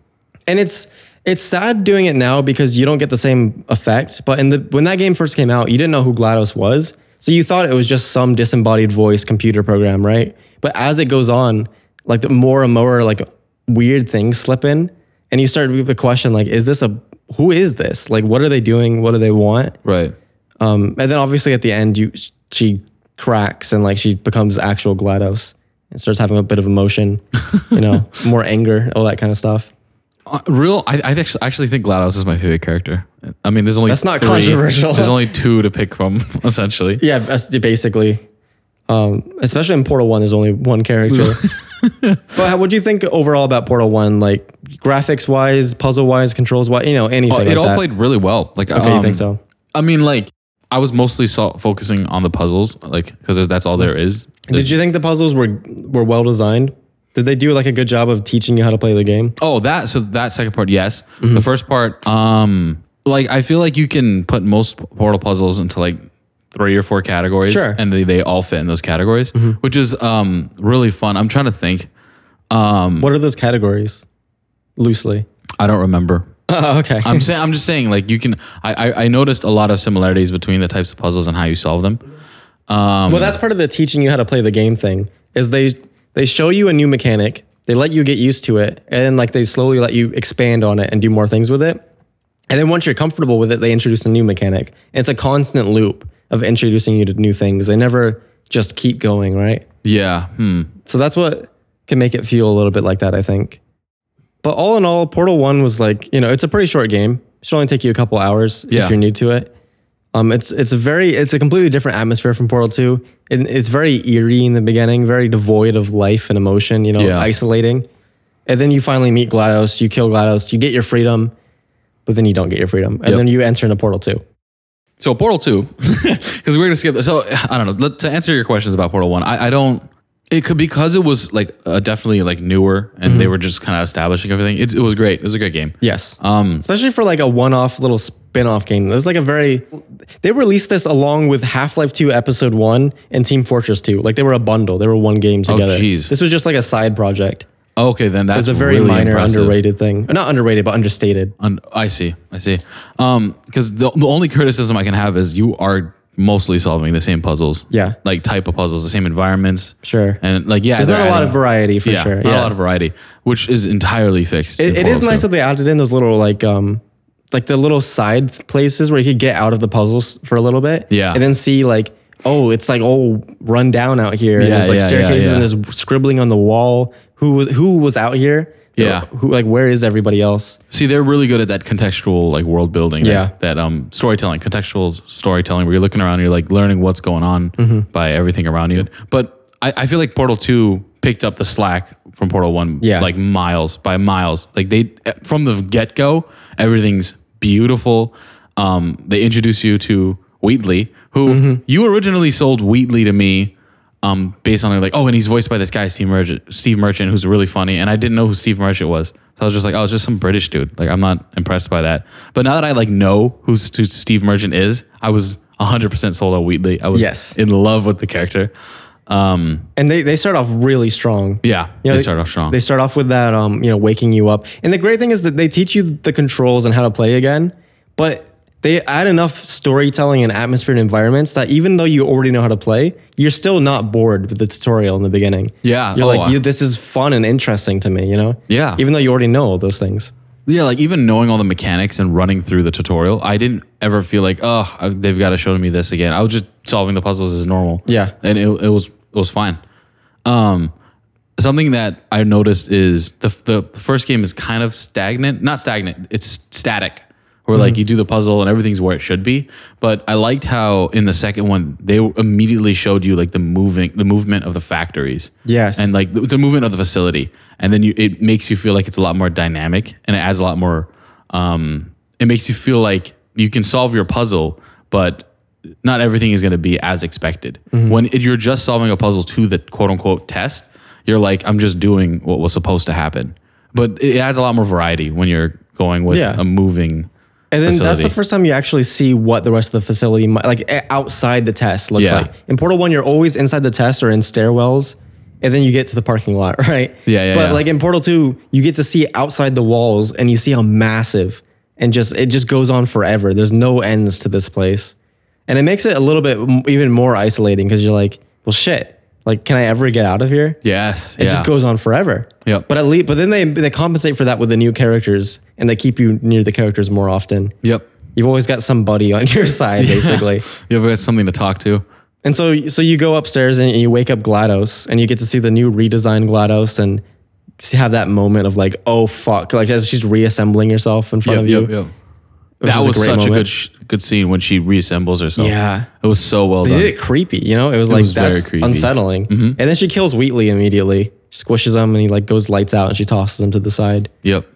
A: And it's it's sad doing it now because you don't get the same effect. But in the when that game first came out, you didn't know who GLaDOS was. So you thought it was just some disembodied voice computer program, right? But as it goes on, like the more and more like weird things slip in and you start to the question like, is this a who is this? Like what are they doing? What do they want?
B: Right.
A: Um, and then obviously at the end, you she cracks and like she becomes actual Glados and starts having a bit of emotion, you know, more anger, all that kind of stuff.
B: Uh, real, I, I actually, actually think GLaDOS is my favorite character. I mean, there's only
A: That's not controversial.
B: There's only two to pick from, essentially.
A: Yeah, that's the- basically. Um, especially in Portal One, there's only one character. but how, what do you think overall about Portal One? Like graphics wise, puzzle wise, controls wise, you know, anything.
B: But
A: like
B: Oh, it all
A: that.
B: played um, really well. Like,
A: Okay, you think so?
B: I mean, like, I was mostly so- focusing on the puzzles, like, because that's all there is.
A: Did you think the puzzles were were well designed? Did they do like a good job of teaching you how to play the game?
B: Oh, that so that second part, yes.
A: Mm-hmm.
B: The first part, um, like I feel like you can put most portal puzzles into like three or four categories,
A: Sure. Mm-hmm.
B: and they, they all fit in those categories, which is um really fun. I'm trying to think. Um,
A: What are those categories? Loosely.
B: I don't remember.
A: Oh, okay.
B: I'm saying I'm just saying like you can. I, I I noticed a lot of similarities between the types of puzzles and how you solve them.
A: Well, that's part of the teaching you how to play the game thing. Is they they show you a new mechanic, they let you get used to it, and then like they slowly let you expand on it and do more things with it. And then once you're comfortable with it, they introduce a new mechanic. And it's a constant loop of introducing you to new things. They never just keep going, right?
B: Yeah. Hmm.
A: So that's what can make it feel a little bit like that, I think. But all in all, Portal 1 was like, you know, it's a pretty short game. It should only take you a couple hours
B: Yeah.
A: if you're new to it. Um, it's it's a very it's a completely different atmosphere from Portal 2. It, it's very eerie in the beginning, very devoid of life and emotion, you know,
B: Yeah.
A: isolating. And then you finally meet GLaDOS, you kill GLaDOS, you get your freedom, but then you don't get your freedom. And
B: Yep.
A: then you enter into Portal 2.
B: So Portal Two, because we're gonna skip. this. So I don't know. Let, to answer your questions about Portal One, I, I don't. It could because it was like uh, definitely like newer, and
A: Mm-hmm.
B: they were just kind of establishing everything. It, it was great. It was a great game.
A: Yes.
B: Um,
A: especially for like a one-off little spin-off game. It was like a very they released this along with Half-Life 2 Episode 1 and Team Fortress 2. Like they were a bundle. They were one game together.
B: Oh, jeez.
A: This was just like a side project.
B: okay, then that's
A: It's a very
B: really
A: minor
B: impressive.
A: underrated thing. Not underrated but understated.
B: Un- I see. I see. Um, because the, the only criticism I can have is you are mostly solving the same puzzles.
A: Yeah.
B: Like type of puzzles, the same environments.
A: Sure.
B: And like yeah,
A: There's
B: they're
A: not a lot
B: adding-
A: of variety for
B: Yeah,
A: sure.
B: not a lot of variety, which is entirely fixed. in
A: it, it is
B: Portal
A: nice
B: 2.
A: that they added in those little like um like the little side places where you could get out of the puzzles for a little bit.
B: Yeah.
A: And then see like, oh, it's like all run down out here. and
B: Yeah,
A: there's like
B: yeah, yeah,
A: staircases
B: yeah.
A: and there's scribbling on the wall. Who was who was out here?
B: Yeah.
A: Who like where is everybody else?
B: See, they're really good at that contextual like world building. that-
A: Yeah.
B: That, um storytelling, contextual storytelling where you're looking around and you're like learning what's going on
A: Mm-hmm.
B: by everything around you. But I, I feel like Portal Two picked up the slack from Portal One
A: Yeah.
B: like miles by miles. Like they from the get go, everything's beautiful. Um, they introduce you to Wheatley, who
A: Mm-hmm.
B: you originally sold Wheatley to me. Um, based on like, oh, and he's voiced by this guy Steve Merchant, Steve Merchant, who's really funny, and I didn't know who Steve Merchant was, so I was just like, oh, it's just some British dude. Like, I'm not impressed by that. But now that I like know who S- who Steve Merchant is, I was 100 percent sold on Wheatley. I was
A: Yes.
B: in love with the character. Um,
A: And they, they start off really strong.
B: yeah,
A: You know,
B: they, start off strong.
A: They start off with that, um, you know, waking you up. And the great thing is that they teach you the controls and how to play again, but they add enough storytelling and atmosphere and environments that even though you already know how to play, you're still not bored with the tutorial in the beginning.
B: Yeah,
A: You're
B: oh,
A: like,
B: I-
A: you, this is fun and interesting to me, you know?
B: Yeah.
A: Even though you already know all those things.
B: Yeah, like even knowing all the mechanics and running through the tutorial, I didn't ever feel like, oh, I- they've got to show me this again. I was just solving the puzzles as normal.
A: Yeah.
B: and it, it was it was fine. Um, something that I noticed is the the first game is kind of stagnant, not stagnant. It's static, where like you do the puzzle and everything's where it should be. But I liked how in the second one they immediately showed you like the moving the movement of the factories.
A: Yes.
B: and like the, the movement of the facility, and then you it makes you feel like it's a lot more dynamic and it adds a lot more. Um, it makes you feel like you can solve your puzzle, but not everything is going to be as expected.
A: Mm-hmm.
B: When it, you're just solving a puzzle to the quote unquote test, you're like, I'm just doing what was supposed to happen. But it adds a lot more variety when you're going with
A: Yeah.
B: a moving.
A: And then that's the
B: facility.
A: first time you actually see what the rest of the facility, mi- like eh, outside the test, looks
B: Yeah.
A: like. In Portal One, you're always inside the test or in stairwells, and then you get to the parking lot, right?
B: Yeah, yeah,
A: But
B: yeah.
A: like in Portal Two, you get to see outside the walls, and you see how massive, and just it just goes on forever. There's no ends to this place, and it makes it a little bit m- even more isolating because you're like, well, shit, like can I ever get out of here?
B: Yes.
A: It just goes on forever.
B: Yep.
A: But at least, but then they they compensate for that with the new characters, and they keep you near the characters more often
B: Yep.
A: you've always got somebody on your side basically
B: You ever got something to talk to?
A: and so so you go upstairs and you wake up glados and you get to see the new redesigned glados and s- have that moment of like oh fuck like as she's reassembling herself in front
B: Yep.
A: of you
B: Yep. Yep.
A: which
B: That
A: is
B: was
A: great
B: such a
A: moment.
B: good sh- good scene when she reassembles herself.
A: Yeah.
B: It was so well
A: they
B: done.
A: did it creepy you know it was like
B: was very
A: that's
B: creepy. Mm-hmm.
A: unsettling and then she kills wheatley immediately squishes him and he like goes lights out and she tosses him to the side
B: Yep.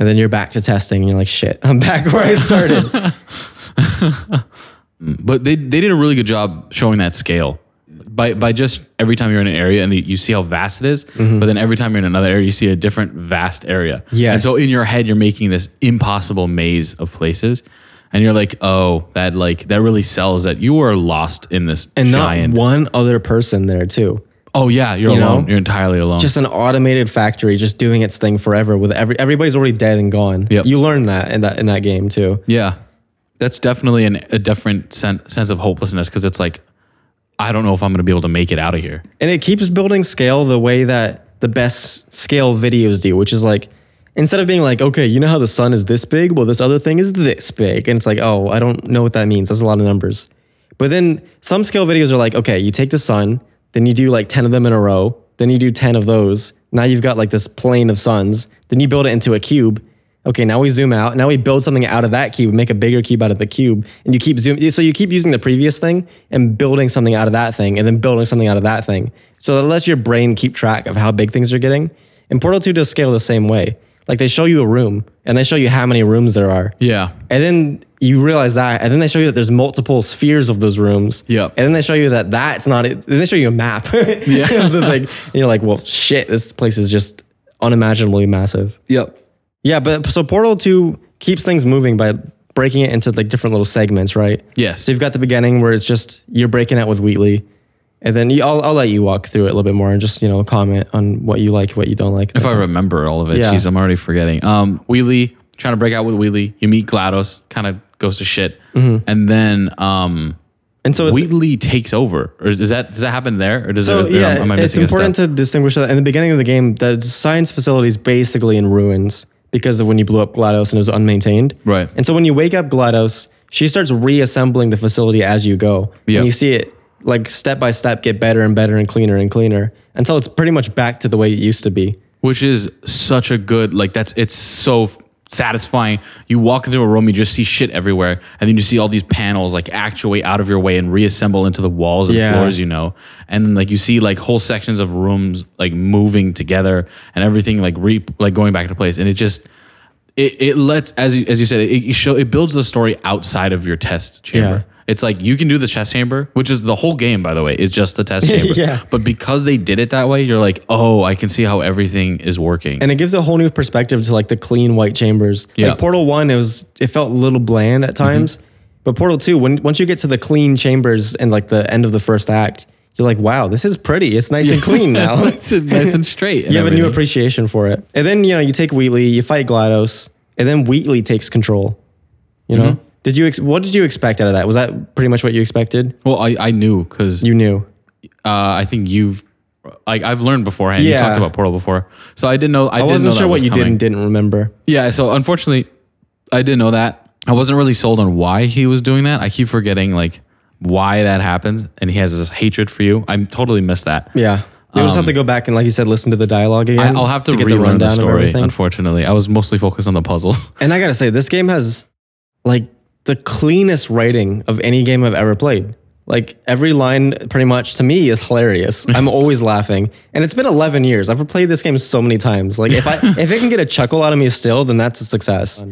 A: and then you're back to testing and you're like shit i'm back where i started
B: But they, they did a really good job showing that scale. By, by just every time you're in an area and the, you see how vast it is,
A: Mm-hmm.
B: but then every time you're in another area, you see a different vast area. Yeah.
A: Yes.
B: And so in your head, you're making this impossible maze of places. And you're like, oh, that like that really sells that you are lost in this
A: and not
B: giant.
A: one other person there too
B: oh yeah, you're
A: You
B: alone.
A: know?
B: You're entirely alone.
A: just an automated factory just doing its thing forever with every everybody's already dead and gone.
B: Yep.
A: You learn that in that in that game too.
B: Yeah, that's definitely an, a different sen- sense of hopelessness because it's like, I don't know if I'm going to be able to make it out of here.
A: And it keeps building scale the way that the best scale videos do, which is like instead of being like, okay, you know how the sun is this big, well this other thing is this big. And it's like, oh, I don't know what that means. That's a lot of numbers. But then some scale videos are like, okay, you take the sun, then you do like 10 of them in a row, then you do 10 of those. Now you've got like this plane of suns, then you build it into a cube. Okay, now we zoom out. Now we build something out of that cube, make a bigger cube out of the cube, and you keep zoom. So you keep using the previous thing and building something out of that thing, and then building something out of that thing. So that lets your brain keep track of how big things are getting. And Portal Two does scale the same way. Like they show you a room, and they show you how many rooms there are.
B: Yeah,
A: And then you realize that, and then they show you that there's multiple spheres of those rooms.
B: Yep.
A: And then they show you that that's not it. Then they show you a map. yeah. and you're like, well, shit, this place is just unimaginably massive.
B: yep,
A: Yeah, but so Portal 2 keeps things moving by breaking it into like different little segments, right?
B: Yes.
A: So you've got the beginning where it's just you're breaking out with Wheatley. And then you, I'll, I'll let you walk through it a little bit more and just, you know, comment on what you like, what you don't like.
B: If I remember all of it,
A: Yeah.
B: jeez, I'm already forgetting. Um, Wheelie trying to break out with Wheelie. You meet Glados, kind of goes to shit,
A: Mm-hmm.
B: and then um,
A: and so it's,
B: Wheatley takes over. Or is that does that happen there, or does
A: so
B: it? or
A: yeah,
B: am- am I
A: it's
B: missing a step?
A: important to distinguish that in the beginning of the game, the science facility is basically in ruins because of when you blew up GLaDOS and it was unmaintained.
B: Right.
A: And so when you wake up GLaDOS, she starts reassembling the facility as you go.
B: Yeah.
A: And you see it like step by step get better and better and cleaner and cleaner until it's pretty much back to the way it used to be.
B: which is such a good like that's it's so f- satisfying you walk into a room you just see shit everywhere and then you see all these panels like actuate out of your way and reassemble into the walls and
A: Yeah.
B: floors you know and then, like you see like whole sections of rooms like moving together and everything like re like going back to place and it just it, it lets as you, as you said it, it show it builds the story outside of your test chamber
A: Yeah.
B: it's like you can do the test chamber which is the whole game by the way is just the test chamber
A: Yeah.
B: but because they did it that way, you're like, oh, I can see how everything is working.
A: and it gives a whole new perspective to like the clean white chambers.
B: Yeah. Mm-hmm.
A: Like Portal One, it was it felt a little bland at times, but Portal Two, when once you get to the clean chambers and like the end of the first act, you're like, wow, this is pretty. It's nice and clean now.
B: it's nice and straight. and
A: you have a new
B: everything.
A: appreciation for it. And then you know you take Wheatley, you fight Glados, and then Wheatley takes control. You know, did you ex- what did you expect out of that? Was that pretty much what you expected?
B: well, I, I knew because uh,
A: You knew.
B: I think you've like I've learned beforehand. You
A: Yeah.
B: talked about Portal before, so I didn't know. I,
A: I
B: didn't
A: wasn't
B: know
A: sure
B: that
A: what
B: was
A: you did
B: coming.
A: and didn't remember.
B: Yeah, so unfortunately, I didn't know that. I wasn't really sold on why he was doing that. I keep forgetting like why that happens, and he has this hatred for you. I totally missed that.
A: Yeah. You'll just have to go back and, like you said, listen to the dialogue again.
B: I, will have to, relearn the story.
A: everything.
B: Unfortunately, I was mostly focused on the puzzles.
A: And I gotta say, this game has like the cleanest writing of any game I've ever played. Like every line, pretty much to me, is hilarious. I'm always laughing, and it's been 11 years. I've played this game so many times. Like if I if it can get a chuckle out of me still, then that's a success.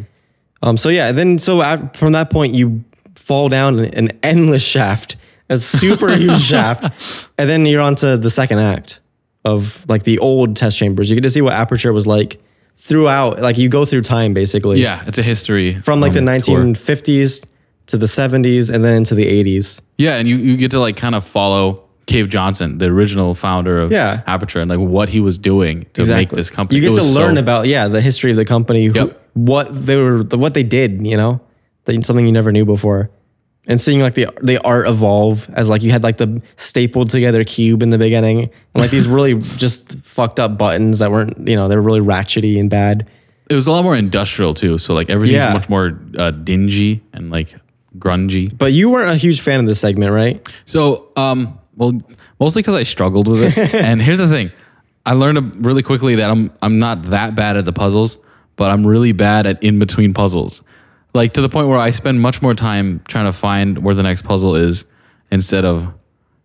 A: Um. So yeah. Then so at, from that point, you fall down an endless shaft, a super huge shaft, and then you're on to the second act of like the old test chambers. You get to see what aperture was like throughout. Like you go through time basically.
B: Yeah, it's a history
A: From like
B: um,
A: the
B: tour.
A: 1950s to the 70s and then into the 80s.
B: Yeah, and you, you get to like kind of follow Cave Johnson, the original founder of
A: Yeah.
B: Aperture, and like what he was doing to make this company.
A: You
B: It
A: get to
B: was so-
A: learn about yeah the history of the company, who,
B: Yep.
A: what they were, the, what they did. You know, that- something you never knew before, and seeing like the the art evolve as like you had like the stapled together cube in the beginning, and like these really just fucked up buttons that weren't you know they were really ratchety and bad.
B: It was a lot more industrial too, so like everything's
A: Yeah.
B: much more uh, dingy and like grungy.
A: But you weren't a huge fan of this segment, right?
B: So, um, well, mostly because I struggled with it. and here's the thing: I learned uh, really quickly that I'm I'm not that bad at the puzzles, but I'm really bad at in between puzzles. Like to the point where I spend much more time trying to find where the next puzzle is instead of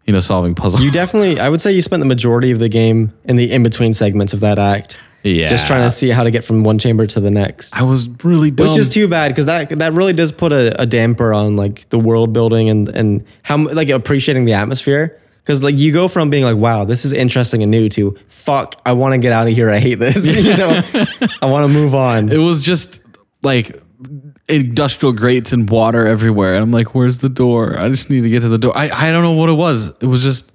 B: you know solving puzzles.
A: You definitely, I would say you spent the majority of the game in the in between segments of that act.
B: Yeah.
A: Just trying to see how to get from one chamber to the next.
B: I was really dumb.
A: Which is too bad because that that really does put a, a damper on like the world building and and how m- like appreciating the atmosphere because like you go from being like wow this is interesting and new to fuck I want to get out of here I hate this you know I want to move on
B: it was just like industrial grates and water everywhere. And I'm like, where's the door? I just need to get to the door. I, I don't know what it was. It was just,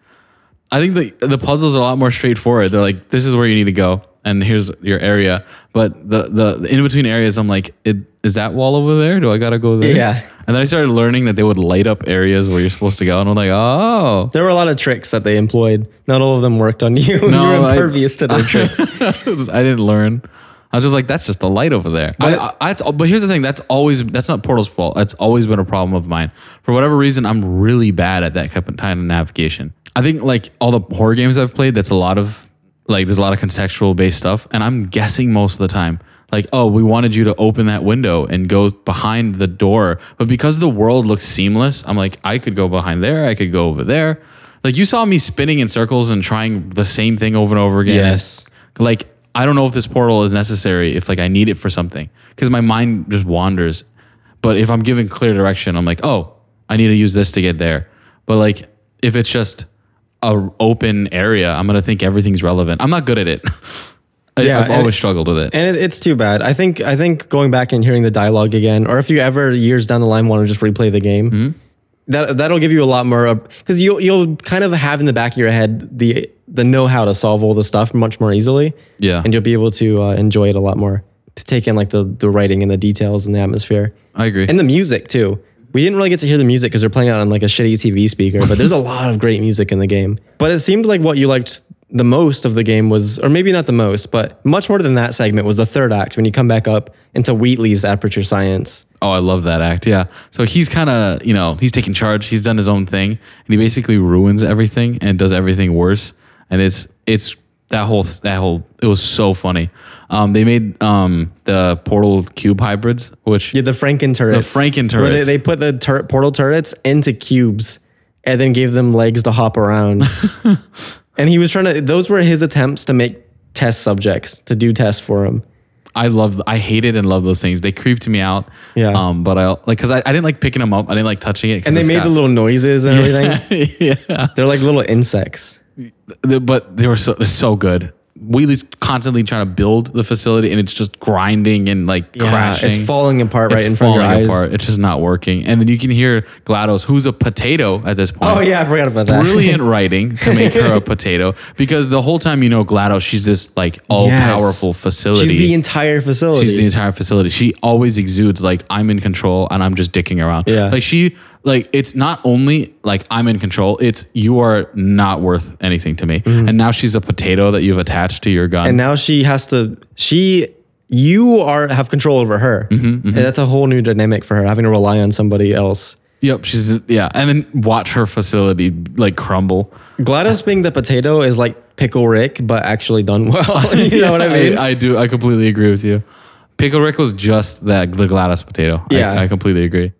B: I think the, the puzzles are a lot more straightforward. They're like, this is where you need to go. And here's your area. But the, the, the in between areas, I'm like, it, is that wall over there? Do I got to go there?
A: Yeah.
B: And then I started learning that they would light up areas where you're supposed to go. And I'm like, oh.
A: there were a lot of tricks that they employed not all of them worked on you you
B: No,
A: were
B: I-
A: impervious to their tricks
B: I didn't learn. I was just like, that's just a light over there. But, I, I, that's- but here's the thing. That's always that's not Portal's fault. That's always been a problem of mine. For whatever reason, I'm really bad at that kind of navigation. I think like all the horror games I've played, that's a lot of like there's a lot of contextual based stuff, and I'm guessing most of the time. Like, oh, we wanted you to open that window and go behind the door, but because the world looks seamless, I'm like, I could go behind there, I could go over there. Like you saw me spinning in circles and trying the same thing over and over again
A: Yes.
B: like I don't know if this portal is necessary if like I need it for something because my mind just wanders. But if I'm given clear direction, I'm like, oh, I need to use this to get there. But like if it's just a open area, I'm gonna think everything's relevant. I'm not good at it. I,
A: Yeah,
B: I've
A: and-
B: always struggled with it.
A: and it, it's too bad I think I think going back and hearing the dialogue again or if you ever years down the line want to just replay the game. That, that'll give you a lot more because you'll you'll kind of have in the back of your head the the know how to solve all the stuff much more easily.
B: yeah,
A: and you'll be able to uh, enjoy it a lot more. To Take in like the the writing and the details and the atmosphere
B: I agree.
A: and the music too. We didn't really get to hear the music because they're playing it on like a shitty TV speaker, but there's a lot of great music in the game. But it seemed like what you liked the most of the game was, or maybe not the most, but much more than that segment was the third act when you come back up into Wheatley's Aperture Science.
B: Oh, I love that act. Yeah. So he's kind of, you know, he's taking charge. He's done his own thing, and he basically ruins everything and does everything worse. And it's it's that whole that whole it was so funny. Um, they made um the portal cube hybrids, which
A: Yeah, the Franken turrets.
B: Franken
A: Where they,
B: turrets.
A: they put the tur- portal turrets into cubes and then gave them legs to hop around. and he was trying to, those were his attempts to make test subjects, to do tests for him.
B: I love. I hated and love those things. They creeped me out.
A: Yeah.
B: Um, but I like because I, I didn't like picking them up. I didn't like touching it. 'cause
A: And they
B: it's
A: made
B: got-
A: the little noises and everything.
B: yeah.
A: They're like little insects.
B: The- but they were so they're so good. Wheelie's constantly trying to build the facility, and it's just grinding and like crashing.
A: It's falling apart right
B: it's
A: in front of your
B: falling
A: eyes.
B: apart. It's just not working. And then you can hear GLaDOS, who's a potato at this point.
A: Oh, yeah, I forgot about that.
B: Brilliant writing to make her a potato because the whole time you know GLaDOS, she's this like all powerful
A: Yes.
B: facility.
A: She's the entire facility.
B: She's the entire facility. She always exudes like I'm in control and I'm just dicking around.
A: Yeah.
B: Like she like it's not only like I'm in control, it's you are not worth anything to me. And now she's a potato that you've attached to your gun.
A: Mm-hmm. and now she has to, she, you are have control over her.
B: Mm-hmm,
A: And that's a whole new dynamic for her, having to rely on somebody else.
B: yep, she's yeah. And then watch her facility like crumble. Uh,
A: GLaDOS being the potato is like Pickle Rick, but actually done well. you know what I mean?
B: I, do. I completely agree with you. Pickle Rick was just that the Gladys potato. I-
A: Yeah.
B: I, completely agree.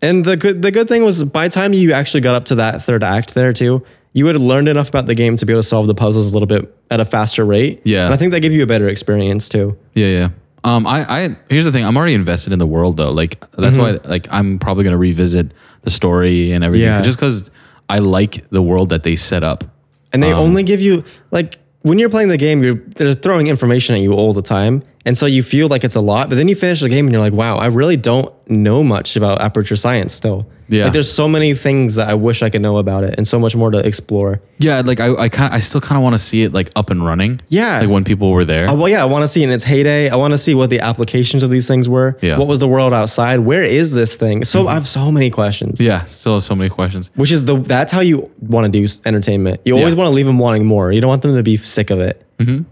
A: and the good the good thing was by the time you actually got up to that third act there too, you had learned enough about the game to be able to solve the puzzles a little bit at a faster rate.
B: Yeah.
A: And I think that gave you a better experience too.
B: Yeah, yeah. Um, I, I here's the thing. I'm already invested in the world though. Like that's why like I'm probably gonna revisit the story and everything.
A: Mm-hmm. Yeah.
B: Just because I like the world that they set up. Um,
A: And they only give you like when you're playing the game, you're they're throwing information at you all the time. And so you feel like it's a lot, but then you finish the game and you're like, wow, I really don't know much about aperture science still.
B: Yeah.
A: Like there's so many things that I wish I could know about it and so much more to explore.
B: Yeah, like I, I kind, I still kind of want to see it like up and running.
A: Yeah.
B: like when people were there.
A: Uh, Well, yeah, I want to see in its heyday. I want to see what the applications of these things were.
B: Yeah. Mm-hmm.
A: What was the world outside? Where is this thing? So I have so many questions.
B: yeah, still so many questions.
A: Which is the that's how you want to do s- entertainment. You always
B: Yeah.
A: want to leave them wanting more. You don't want them to be sick of it. Mm-hmm.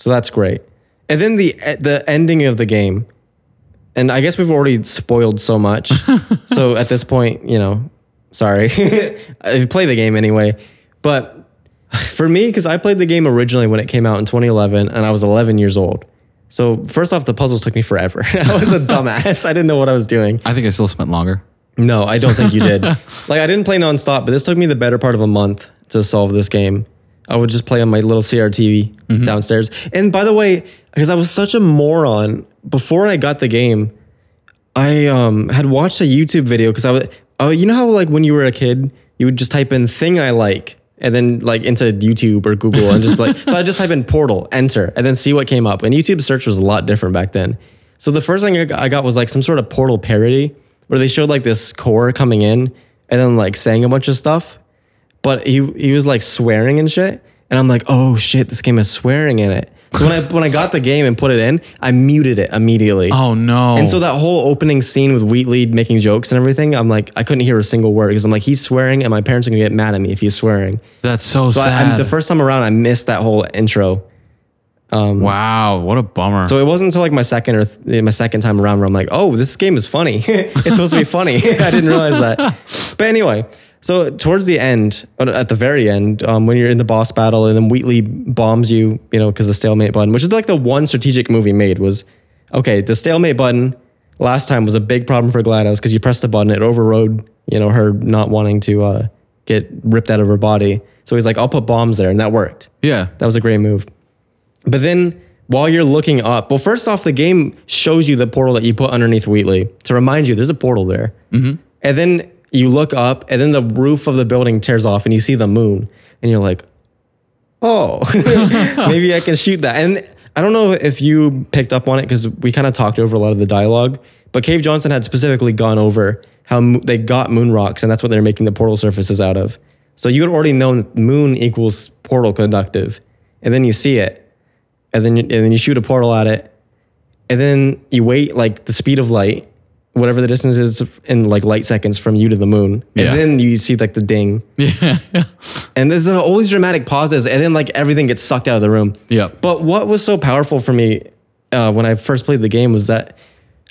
A: So that's great. And then the e- the ending of the game, and I guess we've already spoiled so much. so at this point, you know, sorry, I play the game anyway. But for me, because I played the game originally when it came out in 2011, and I was 11 years old. So first off, the puzzles took me forever. I was a dumbass. I didn't know what I was doing.
B: I think I still spent longer.
A: No, I don't think you did. like I didn't play nonstop, but this took me the better part of a month to solve this game. I would just play on my little CRT downstairs. And by the way, because I was such a moron before I got the game, I um, had watched a YouTube video because I was, oh, you know how like when you were a kid, you would just type in thing I like and then like into YouTube or Google and just like, so I just type in portal, enter, and then see what came up. And YouTube search was a lot different back then. So the first thing I got- I got was like some sort of portal parody where they showed like this core coming in and then like saying a bunch of stuff but he he was like swearing and shit, and I'm like, oh shit, this game has swearing in it. So when I when I got the game and put it in, I muted it immediately.
B: Oh no!
A: And so that whole opening scene with Wheatley making jokes and everything, I'm like, I couldn't hear a single word because I'm like, he's swearing, and my parents are gonna get mad at me if he's swearing.
B: that's so,
A: So I,
B: sad.
A: I'm, the first time around, I missed that whole intro.
B: wow, what a bummer.
A: So it wasn't until like my second or th- my second time around where I'm like, oh, this game is funny. it's supposed to be funny. I didn't realize that. But anyway, so towards the end, or at the very end, um, when you're in the boss battle and then Wheatley bombs you, you know, because the stalemate button, which is like the one strategic movie made was, okay, the stalemate button last time was a big problem for GLaDOS because you pressed the button, it overrode, you know, her not wanting to uh, get ripped out of her body. So he's like, I'll put bombs there, and that worked.
B: yeah,
A: That was a great move. But then while you're looking up, well, first off, the game shows you the portal that you put underneath Wheatley to remind you there's a portal there. And then you look up, and then the roof of the building tears off, and you see the moon, and you're like, oh, maybe I can shoot that. And I don't know if you picked up on it because we kind of talked over a lot of the dialogue, but Cave Johnson had specifically gone over how mo- they got moon rocks, and that's what they're making the portal surfaces out of. So you had already known moon equals portal conductive, and then you see it, and then you, and then you shoot a portal at it, and then you wait like the speed of light, whatever the distance is in like light seconds from you to the moon, and
B: Yeah.
A: then you see like the ding, and there's uh, always dramatic pauses, and then like everything gets sucked out of the room.
B: Yeah.
A: But what was so powerful for me uh, when I first played the game was that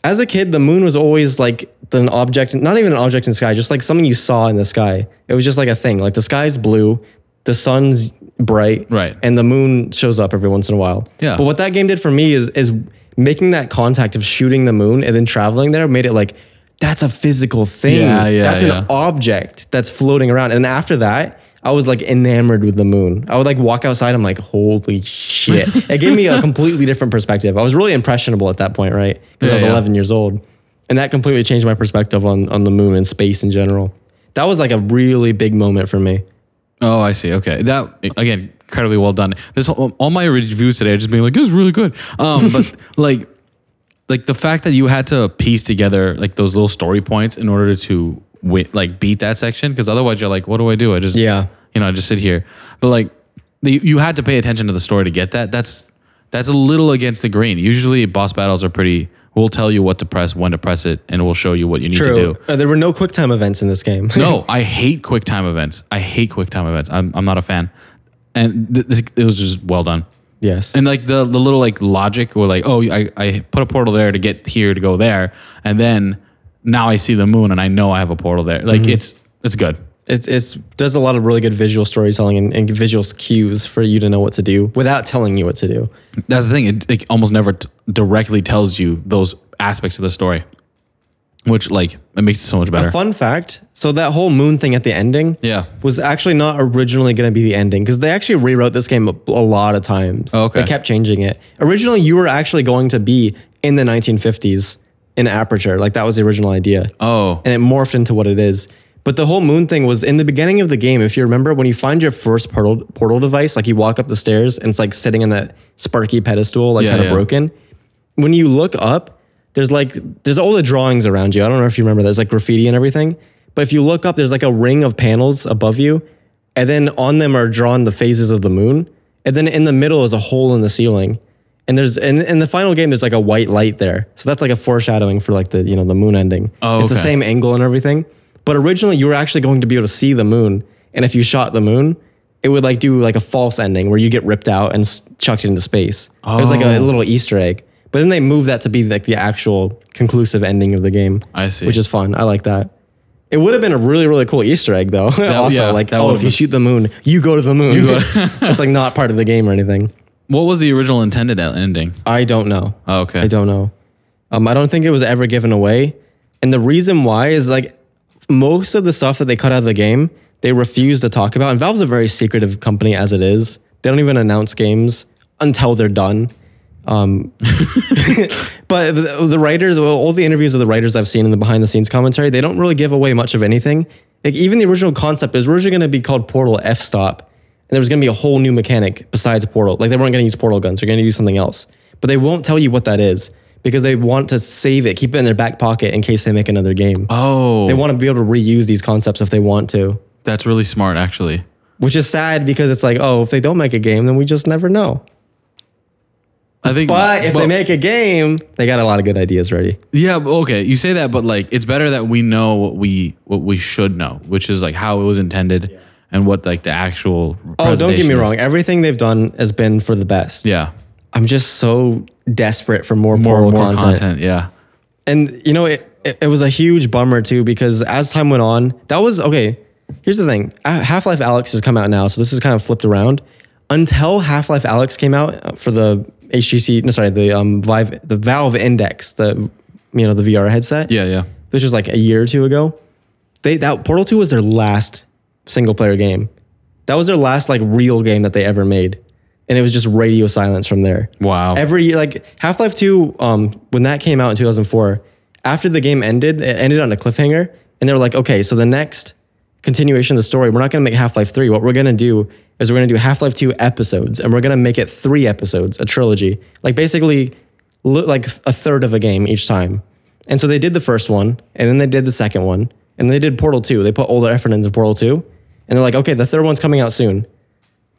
A: as a kid, the moon was always like an object, not even an object in the sky, just like something you saw in the sky. It was just like a thing. Like the sky's blue, the sun's bright,
B: Right.
A: and the moon shows up every once in a while.
B: Yeah.
A: But what that game did for me is is making that contact of shooting the moon and then traveling there made it like that's a physical thing.
B: Yeah, yeah,
A: that's
B: yeah.
A: an object that's floating around. And after that, I was like enamored with the moon. I would like walk outside. I'm like, holy shit. it gave me a completely different perspective. I was really impressionable at that point, right? Because I
B: Yeah,
A: was
B: yeah.
A: 11 years old. And that completely changed my perspective on, on the moon and space in general. That was like a really big moment for me.
B: Oh, I see. Okay, that again, incredibly well done. This all my reviews today are just being like, it was really good. Um, but like, like the fact that you had to piece together like those little story points in order to win, like beat that section, because otherwise you're like, what do I do? I just
A: Yeah.
B: you know, I just sit here. But like, the, you had to pay attention to the story to get that. That's that's a little against the grain. Usually, boss battles are pretty. We'll tell you what to press, when to press it, and we'll show you what you need to do.
A: Uh, there were no quick time events in this game.
B: No, I hate quick time events. I hate quick time events. I'm, I'm not a fan. And th- this, it was just well done.
A: yes.
B: And like the, the little like logic where like, oh, I, I put a portal there to get here to go there. And then now I see the moon and I know I have a portal there.
A: Mm-hmm.
B: Like it's, it's good.
A: it's it's does a lot of really good visual storytelling and, and visual cues for you to know what to do without telling you what to do.
B: That's the thing. It, it almost never t- directly tells you those aspects of the story, which like, it makes it so much better.
A: Fun fact: so that whole moon thing at the ending,
B: Yeah.
A: was actually not originally going to be the ending because they actually rewrote this game a, a lot of times.
B: Oh, Okay.
A: they kept changing it. Originally, you were actually going to be in the 1950s in Aperture, like that was the original idea.
B: Oh.
A: and it morphed into what it is. But the whole moon thing was in the beginning of the game. If you remember, when you find your first portal portal device, like you walk up the stairs and it's like sitting on that sparky pedestal, like
B: Yeah,
A: kind of
B: yeah.
A: broken. when you look up, there's like there's all the drawings around you. I don't know if you remember. There's like graffiti and everything. But if you look up, there's like a ring of panels above you, and then on them are drawn the phases of the moon. And then in the middle is a hole in the ceiling. And there's and in the final game, there's like a white light there. So that's like a foreshadowing for like the you know the moon ending.
B: Oh,
A: it's the
B: okay.
A: same angle and everything. But originally, you were actually going to be able to see the moon, and if you shot the moon, it would like do like a false ending where you get ripped out and s- chucked into space. It was like a
B: Oh.
A: little Easter egg. But then they moved that to be like the actual conclusive ending of the game.
B: I see.
A: which is fun. I like that. It would have been a really really cool Easter egg though. also,
B: yeah,
A: like
B: that
A: oh,
B: would've
A: if you
B: been-
A: shoot the moon, you go to the moon. it's like not part of the game or anything.
B: What was the original intended e- ending?
A: I don't know.
B: Oh, okay.
A: I don't know. Um, I don't think it was ever given away. And the reason why is like most of the stuff that they cut out of the game, they refuse to talk about. And Valve's a very secretive company as it is. They don't even announce games until they're done. Um, but the the writers, well, all the interviews of the writers I've seen in the behind the scenes commentary, they don't really give away much of anything. Like even the original concept is originally going to be called Portal F Stop, and there was going to be a whole new mechanic besides Portal. Like they weren't going to use Portal guns; they're going to use something else. But they won't tell you what that is because they want to save it, keep it in their back pocket in case they make another game.
B: Oh,
A: They want to be able to reuse these concepts if they want to,
B: that's really smart, actually.
A: which is sad because it's like, oh, if they don't make a game, then we just never know.
B: I think,
A: But if they make a game, they got a lot of good ideas ready.
B: yeah, but okay, you say that, but like, it's better that we know what we what we should know, which is like how it was intended and what like the actual.
A: Oh, don't get
B: presentation
A: me
B: is.
A: wrong. Everything they've done has been for the best.
B: Yeah,
A: I'm just so desperate for more,
B: more
A: Portal
B: more
A: content.
B: content. Yeah,
A: And you know, it, it it was a huge bummer too because as time went on, that was okay. Here's the thing: Half Life Alex has come out now, so this is kind of flipped around. Until Half Life Alex came out uh, for the HTC, no, sorry, the um Vive, the Valve Index, the you know the VR headset.
B: yeah, yeah.
A: which was like a year or two ago. They that Portal 2 was their last single player game. That was their last like real game that they ever made. And it was just radio silence from there.
B: Wow.
A: Every year, like Half Life 2, um, when that came out in 2004, after the game ended, it ended on a cliffhanger. And they were like, okay, so the next continuation of the story, we're not going to make Half Life 3. What we're going to do is we're going to do Half Life 2 episodes and we're going to make it three episodes, a trilogy. Like basically, lo- like a third of a game each time. And so they did the first one and then they did the second one and they did Portal 2. They put all their effort into Portal 2. And they're like, okay, the third one's coming out soon.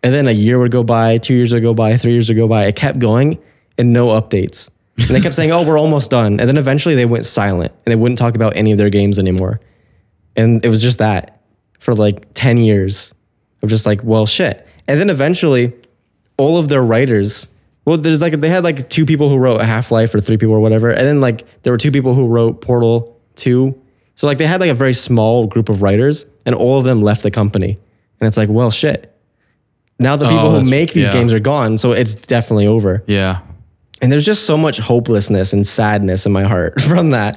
A: And then a year would go by, two years would go by, three years would go by. It kept going and no updates. And they kept saying, oh, we're almost done. And then eventually they went silent and they wouldn't talk about any of their games anymore. And it was just that for like 10 years of just like, well, shit. And then eventually all of their writers, well, there's like, they had like two people who wrote Half Life or three people or whatever. And then like there were two people who wrote Portal 2. So like they had like a very small group of writers and all of them left the company. And it's like, well, shit. Now the people who
B: Oh, that's-
A: make these
B: yeah.
A: games are gone, so it's definitely over.
B: Yeah.
A: And there's just so much hopelessness and sadness in my heart from that.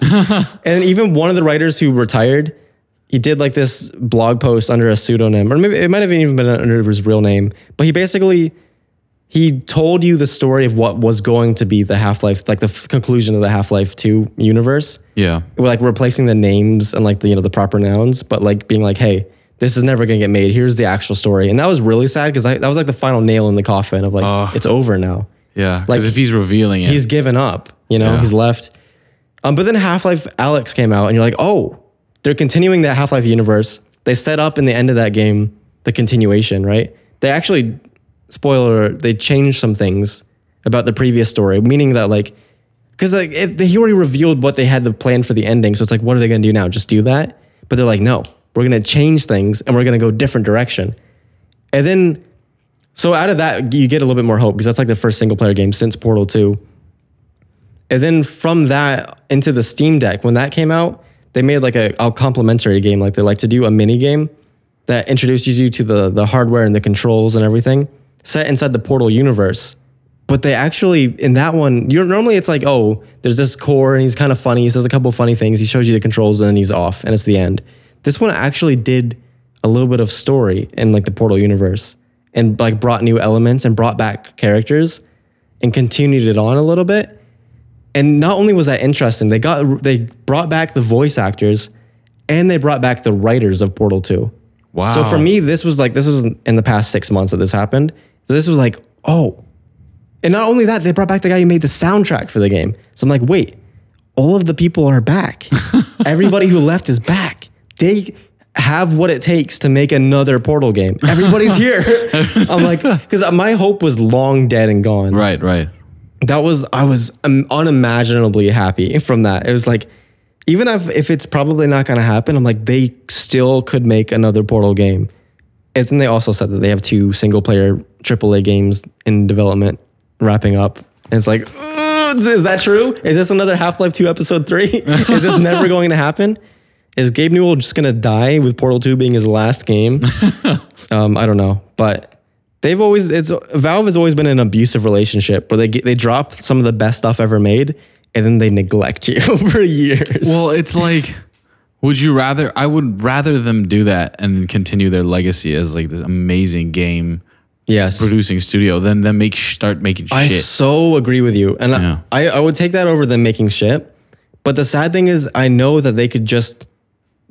A: and even one of the writers who retired, he did like this blog post under a pseudonym, or maybe it might have even been under his real name. But he basically he told you the story of what was going to be the Half Life, like the f- conclusion of the Half Life Two universe
B: Yeah.
A: we're like replacing the names and like the you know the proper nouns, but like being like, hey, this is never gonna get made. Here's the actual story, and that was really sad because that was like the final nail in the coffin of like it's over now.
B: Yeah.
A: Like,
B: Because if he's revealing it,
A: He's given up, you know,
B: Yeah.
A: he's left. Um, but then Half Life Alex came out, and you're like, oh, they're continuing that Half Life universe. They set up in the end of that game the continuation, right? They actually, spoiler, they changed some things about the previous story, meaning that like, because like if they, he already revealed what they had the plan for the ending, so it's like, what are they gonna do now? Just do that? But they're like, no, we're gonna change things and we're gonna go different direction. And then, so out of that, you get a little bit more hope because that's like the first single player game since Portal 2. And then from that into the Steam Deck, when that came out, they made like a, a complimentary game, like they like to do a mini game that introduces you to the, the hardware and the controls and everything set inside the Portal universe. But they actually, in that one, you're, normally it's like, oh, there's this core and he's kind of funny. He says a couple of funny things. He shows you the controls and then he's off and it's the end. This one actually did a little bit of story in like the Portal universe and like brought new elements and brought back characters and continued it on a little bit and not only was that interesting, they got they brought back the voice actors and they brought back the writers of Portal 2.
B: wow.
A: So for me, this was like this was in the past six months that this happened. This was like, oh, And not only that, they brought back the guy who made the soundtrack for the game. So I'm like, wait, all of the people are back. Everybody who left is back. They have what it takes to make another Portal game. Everybody's here. I'm like, because my hope was long dead and gone.
B: Right, right.
A: That was I was um, unimaginably happy from that. It was like, even if if it's probably not going to happen, I'm like, they still could make another Portal game. And then they also said that they have two single player AAA games in development wrapping up. And it's like, "Ugh, is that true? Is this another Half Life 2 Episode 3? Is this never going to happen? Is Gabe Newell just going to die with Portal 2 being his last game? um, I don't know. But they've always, it's Valve has always been an abusive relationship where they, get, they drop some of the best stuff ever made and then they neglect you for years.
B: Well, it's like, would you rather? I would rather them do that and continue their legacy as like this amazing game
A: yes.
B: producing studio than them make start making
A: I
B: shit.
A: so agree with you. And I-
B: Yeah.
A: I, I would take that over them making shit. But the sad thing is I know that they could just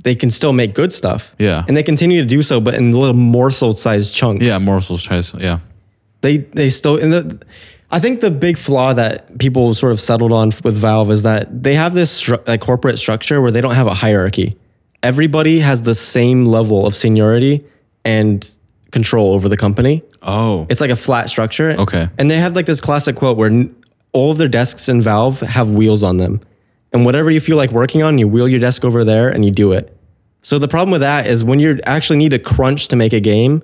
A: they can still make good stuff.
B: Yeah.
A: And they continue to do so, but in little morsel sized chunks.
B: yeah, morsels tries. Yeah,
A: They they still and the I think the big flaw that people sort of settled on with Valve is that they have this stru- like corporate structure where they don't have a hierarchy. Everybody has the same level of seniority and control over the company.
B: Oh,
A: It's like a flat structure.
B: Okay.
A: And they have like this classic quote where n- all of their desks in Valve have wheels on them. And whatever you feel like working on, you wheel your desk over there and you do it. So the problem with that is when you actually need a crunch to make a game,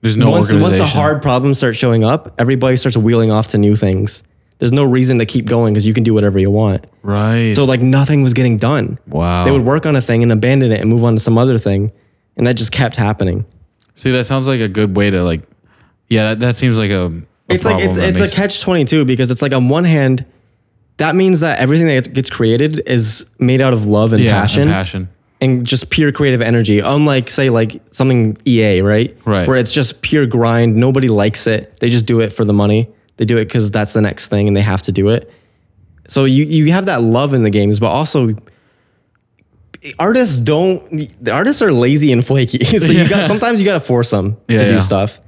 B: there's no
A: once, once
B: organization.
A: the hard problems start showing up, everybody starts wheeling off to new things. There's no reason to keep going because you can do whatever you want.
B: right?
A: So like nothing was getting done.
B: wow,
A: They would work on a thing and abandon it and move on to some other thing. And that just kept happening.
B: see. That sounds like a good way to like. Yeah, that, that seems like a. a
A: it's like
B: problem
A: it's
B: that
A: it's
B: makes-
A: a catch 22 because it's like on one hand that means that everything that gets created is made out of love and,
B: yeah, a
A: passion, and
B: passion.
A: just pure creative energy unlike say like something EA right
B: Right.
A: where it's just pure grind nobody likes it they just do it for the money they do it cuz that's the next thing and they have to do it so you you have that love in the games but also artists don't the artists are lazy and flaky so you got sometimes you got to force them
B: Yeah,
A: to do
B: yeah.
A: stuff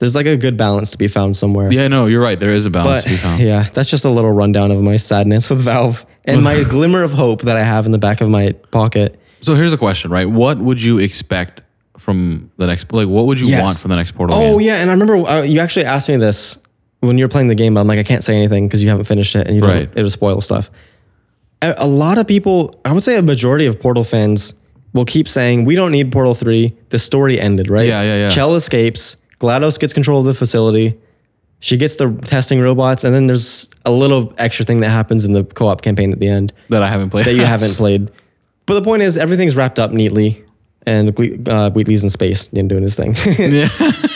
A: there's like a good balance to be found somewhere
B: Yeah, no, you're right. There is a balance
A: but
B: to be found.
A: yeah, that's just a little rundown of my sadness with Valve and my glimmer of hope that I have in the back of my pocket.
B: So here's a question, right? What would you expect from the next? Like, what would you
A: Yes.
B: want from the next Portal?
A: Oh
B: game?
A: yeah, and I remember uh, you actually asked me this when you were playing the game. But I'm like, I can't say anything because you haven't finished it, and you don't,
B: Right.
A: it'll spoil stuff. A, a lot of people, I would say, a majority of Portal fans will keep saying we don't need Portal Three. The story ended, right?
B: Yeah, yeah, yeah.
A: Chell escapes. Glados gets control of the facility. She gets the testing robots, and then there's a little extra thing that happens in the co-op campaign at the end.
B: that I haven't played.
A: that you haven't played. But the point is, everything's wrapped up neatly, and Gle- uh, Wheatley's in space and doing his thing
B: Yeah.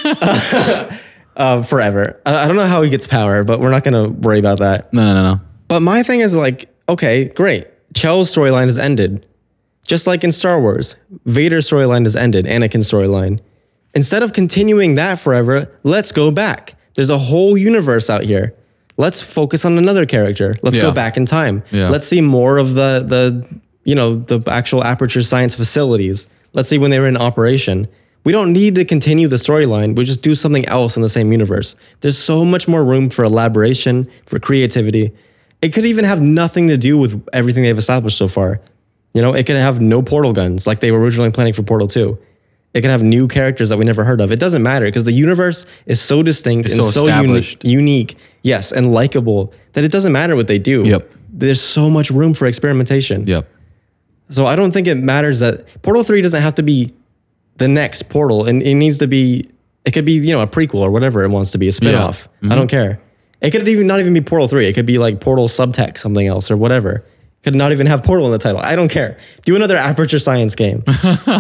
A: uh, forever. I I don't know how he gets power, but we're not going to worry about that.
B: no, no, no, no.
A: But my thing is like, okay, great. Chell's storyline has ended. Just like in Star Wars, Vader's storyline has ended, Anakin's storyline. Instead of continuing that forever, let's go back. There's a whole universe out here. Let's focus on another character. Let's
B: Yeah.
A: go back in time.
B: Yeah.
A: Let's see more of the the you know the actual Aperture Science facilities. Let's see when they were in operation. We don't need to continue the storyline. We just do something else in the same universe. There's so much more room for elaboration, for creativity. It could even have nothing to do with everything they've established so far. You know, it could have no portal guns like they were originally planning for Portal 2. It could have new characters that we never heard of. It doesn't matter because the universe is so distinct and
B: so
A: so, uni-
B: established.
A: unique, yes, and likable that it doesn't matter what they do.
B: Yep.
A: There's so much room for experimentation.
B: Yep.
A: So I don't think it matters that Portal 3 doesn't have to be the next Portal and it needs to be it could be, you know, a prequel or whatever it wants to be, a spin-off.
B: Mm-hmm.
A: I don't care. It could even not even be Portal 3. It could be like Portal Subtext something else or whatever. Could not even have Portal in the title. I don't care. Do another Aperture Science game.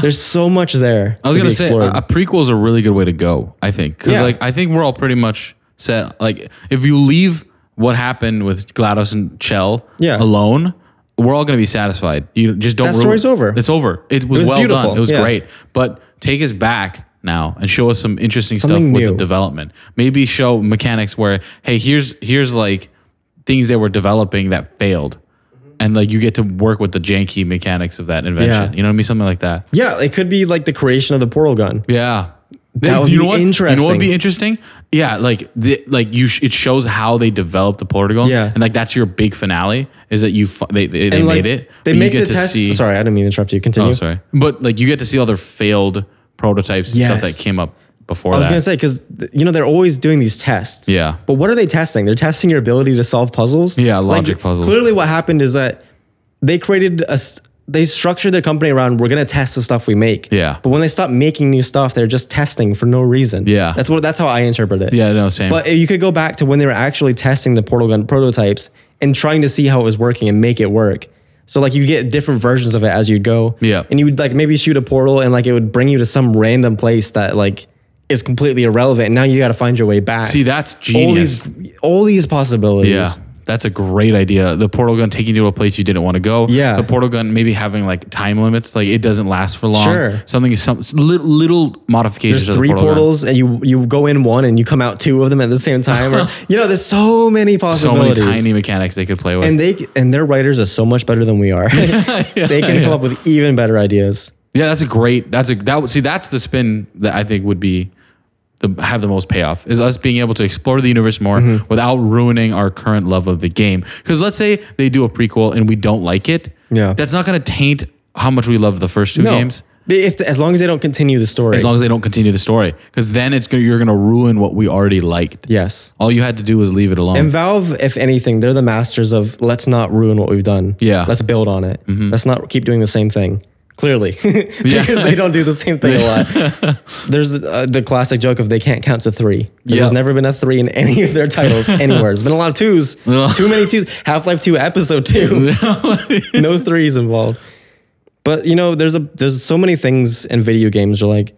A: There's so much there.
B: I was
A: to
B: gonna
A: be
B: say uh,
A: explored.
B: a, a prequel is a really good way to go. I think because
A: Yeah.
B: like I think we're all pretty much set. Like if you leave what happened with Glados and Chell
A: Yeah.
B: alone, we're all gonna be satisfied. You just don't.
A: That
B: ruin-
A: story's over.
B: It's over. It was,
A: was
B: well
A: beautiful.
B: done. It was
A: Yeah.
B: great. But take us back now and show us some interesting
A: Something
B: stuff with
A: new.
B: the development. Maybe show mechanics where hey, here's here's like things they were developing that failed. And like you get to work with the janky mechanics of that invention.
A: Yeah.
B: You know what I mean? Something like that.
A: yeah, it could be like the creation of the Portal gun.
B: Yeah.
A: That would
B: you
A: be
B: know what?
A: interesting.
B: You know what would be interesting? Yeah, like the, like you, sh- it shows how they developed the Portugal.
A: Yeah.
B: and like that's your big finale is that you fu- they they, they
A: And, like,
B: made it. but
A: They
B: you
A: make
B: get
A: the
B: to
A: test.
B: see-
A: Sorry, I didn't mean to interrupt you. Continue.
B: Oh, sorry. But like you get to see all their failed prototypes and stuff
A: Yes.
B: that came up before
A: I was
B: that.
A: gonna say because you know they're always doing these tests.
B: Yeah.
A: But what are they testing? They're testing your ability to solve puzzles.
B: Yeah, logic puzzles.
A: Clearly, what happened is that they created a. s- They structured their company around we're gonna test the stuff we make.
B: Yeah.
A: But when they stop making new stuff, they're just testing for no reason.
B: Yeah.
A: That's what. That's how I interpret it.
B: yeah, no, same.
A: But if you could go back to when they were actually testing the portal gun prototypes and trying to see how it was working and make it work. So like you get different versions of it as you go.
B: Yeah.
A: And you would like maybe shoot a portal and like it would bring you to some random place that like is completely irrelevant. And now you got to find your way back.
B: see, that's
A: all
B: genius.
A: these all these possibilities.
B: Yeah. That's a great idea. The portal gun taking you to a place you didn't want to go.
A: Yeah.
B: The portal gun maybe having like time limits, like it doesn't last for long.
A: Sure.
B: Something is some little, little modifications.
A: There's
B: of the
A: three
B: portal gun.
A: portals and you you go in one and you come out two of them at the same time. Or, you know, there's so many
B: So many
A: possibilities.
B: tiny mechanics they could play with.
A: and they and their writers are so much better than we are. they can come up with even better ideas.
B: yeah, that's a great. That's a that. would- See, that's the spin that I think would be the have the most payoff is us being able to explore the universe more
A: Mm-hmm.
B: without ruining our current love of the game. Because let's say they do a prequel and we don't like it.
A: Yeah.
B: That's not going to taint how much we love the first two
A: No.
B: games.
A: But If as long as they don't continue the story.
B: as long as they don't continue the story because then it's gonna, you're going to ruin what we already liked.
A: yes.
B: All you had to do was leave it alone.
A: And Valve, if anything, they're the masters of let's not ruin what we've done.
B: Yeah. Mm-hmm.
A: Let's build on it. Let's not keep doing the same thing. Clearly, because they don't do the same thing a lot. There's uh, the classic joke of they can't count to three. 'Cause
B: Yeah.
A: There's never been a three in any of their titles anywhere. There's been a lot of twos, too many twos. Half Life Two, Episode Two, no threes involved. But you know, there's a there's so many things in video games. You're like,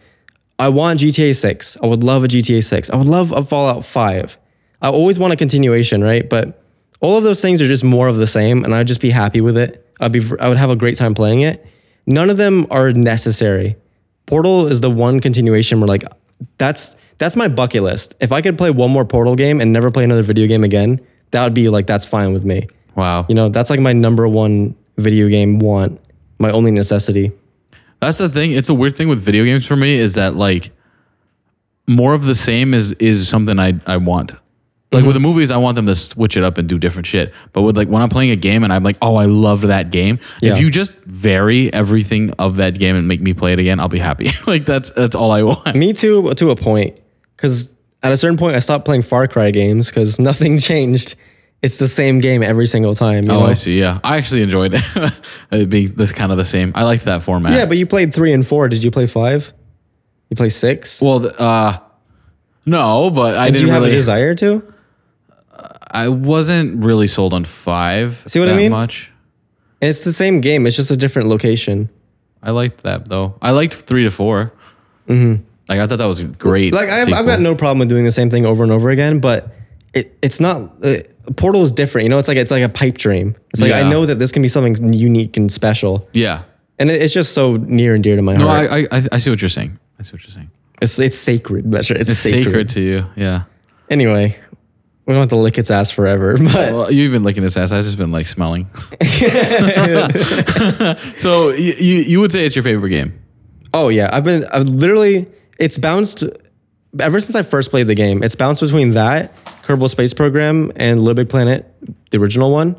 A: I want GTA 6. I would love a GTA 6. I would love a Fallout 5. I always want a continuation, right? But all of those things are just more of the same, and I'd just be happy with it. I'd be I would have a great time playing it. None of them are necessary. Portal is the one continuation where like that's that's my bucket list. If I could play one more Portal game and never play another video game again, that would be like that's fine with me.
B: wow,
A: You know, that's like my number one video game want, my only necessity.
B: that's the thing. It's a weird thing with video games for me is that like more of the same is is something I I want. Like
A: Mm-hmm.
B: with the movies, I want them to switch it up and do different shit. But with like when I'm playing a game and I'm like, oh, I loved that game.
A: Yeah.
B: If you just vary everything of that game and make me play it again, I'll be happy. like that's that's all I want.
A: Me too, to a point. Because at a certain point, I stopped playing Far Cry games because nothing changed. It's the same game every single time. you
B: Oh,
A: know?
B: I see. Yeah, I actually enjoyed it. it being this kind of the same. I liked that format.
A: Yeah, but you played three and four. Did you play five? You play six?
B: Well, th- uh, no, but I
A: Do you
B: didn't
A: have a
B: really.
A: desire to?
B: I wasn't really sold on five.
A: See what I
B: that
A: mean?
B: Much.
A: It's the same game. It's just a different location.
B: I liked that though. I liked three to 4 Mm-hmm. Like I thought that was a great.
A: Like I've, I've
B: sequel.
A: got no problem with doing the same thing over and over again, but it, it's not. Uh, Portal is different. You know, it's like it's like a pipe dream. It's like I
B: Yeah.
A: know that this can be something unique and special,
B: Yeah.
A: and it, it's just so near and dear to my
B: No,
A: heart.
B: I, I I- I see what you're saying. I see what you're saying.
A: it's it's sacred. That's right. It's,
B: It's sacred,
A: sacred.
B: to you. Yeah.
A: Anyway, we don't have to lick its ass forever, but
B: Well, you've been licking his ass. I've just been like smelling. so you, you you would say it's your favorite game?
A: oh yeah, I've been I've literally it's bounced ever since I first played the game. It's bounced between that Kerbal Space Program and Little Big Planet, the original one.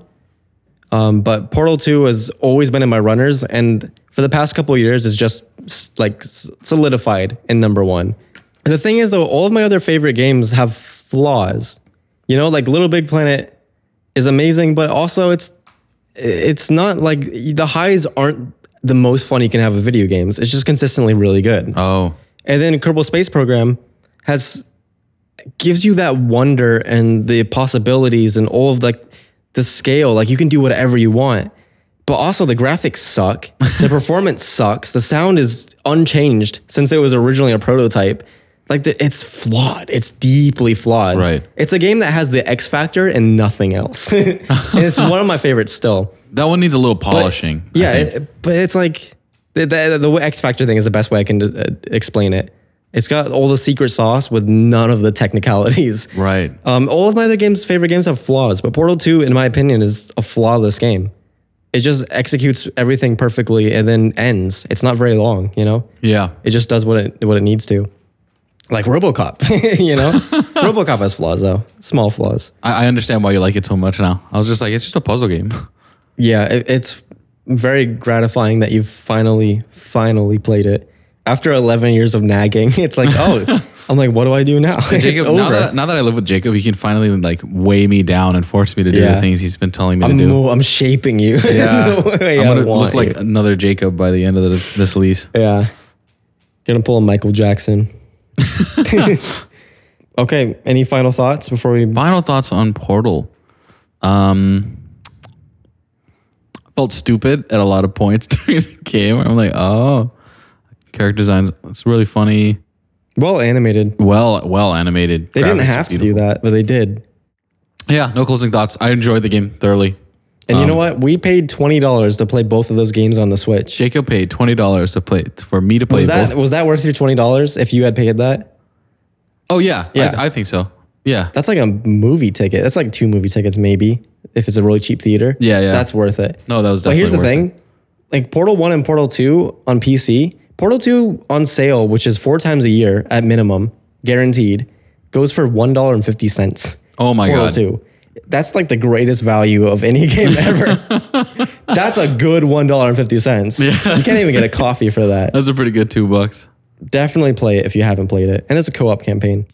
A: Um, but Portal Two has always been in my runners, and for the past couple of years, it's just s- like s- solidified in number one. And the thing is, though, all of my other favorite games have flaws. You know, like Little Big Planet is amazing, but also it's it's not like the highs aren't the most fun you can have with video games. It's just consistently really good.
B: Oh,
A: And then Kerbal Space Program has gives you that wonder and the possibilities and all of like the scale. Like you can do whatever you want. But also the graphics suck. The performance sucks. The sound is unchanged since it was originally a prototype. Like the, it's flawed. It's deeply flawed.
B: Right.
A: It's a game that has the X factor and nothing else. and it's one of my favorites still.
B: that one needs a little polishing. I
A: Yeah,
B: think.
A: it, but it's like the, the, the way X Factor thing is the best way I can uh, explain it. It's got all the secret sauce with none of the technicalities.
B: right.
A: Um, all of my other games, favorite games, have flaws, but Portal Two, in my opinion, is a flawless game. It just executes everything perfectly and then ends. It's not very long, you know.
B: Yeah.
A: It just does what it what it needs to. like RoboCop. you know, RoboCop has flaws though, small flaws.
B: I, I understand why you like it so much now. I was just like, it's just a puzzle game.
A: Yeah, it, it's very gratifying that you've finally, finally played it. After 11 years of nagging, it's like, oh, I'm like, what do I do now? it's
B: Jacob,
A: over.
B: now that, now that I live with Jacob, he can finally like weigh me down and force me to do
A: Yeah.
B: the things he's been telling me
A: I'm,
B: to do.
A: mo- I'm shaping you.
B: Yeah,
A: in the way
B: I'm
A: I
B: gonna
A: want
B: look like
A: you.
B: another Jacob by the end of the, this lease.
A: Yeah. Gonna pull a Michael Jackson. okay. Any final thoughts before we
B: Final thoughts on Portal. Um, felt stupid at a lot of points during the game. I'm like, oh, character designs. It's really funny.
A: well animated?
B: Well, well animated.
A: They didn't have to do that, but they did.
B: Yeah, no closing thoughts. I enjoyed the game thoroughly.
A: And
B: Um,
A: you know what? We paid twenty dollars to play both of those games on the Switch.
B: Jacob paid twenty dollars to play for me to play.
A: Was that
B: both.
A: was that worth your twenty dollars if you had paid that?
B: Oh yeah,
A: Yeah.
B: I, I think so. Yeah,
A: That's like a movie ticket. That's like two movie tickets maybe if it's a really cheap theater.
B: Yeah, yeah.
A: That's worth it.
B: no, that was.
A: But
B: Definitely
A: here's the
B: worth
A: thing,
B: it.
A: like Portal One and Portal Two on PC, Portal Two on sale, which is four times a year at minimum, guaranteed, goes for one dollar and fifty cents.
B: Oh my
A: Portal
B: god.
A: Two, that's like the greatest value of any game ever. that's a good one dollar and fifty cents. You can't even get a coffee for that.
B: That's a pretty good two bucks.
A: Definitely play it if you haven't played it, and it's a co-op campaign.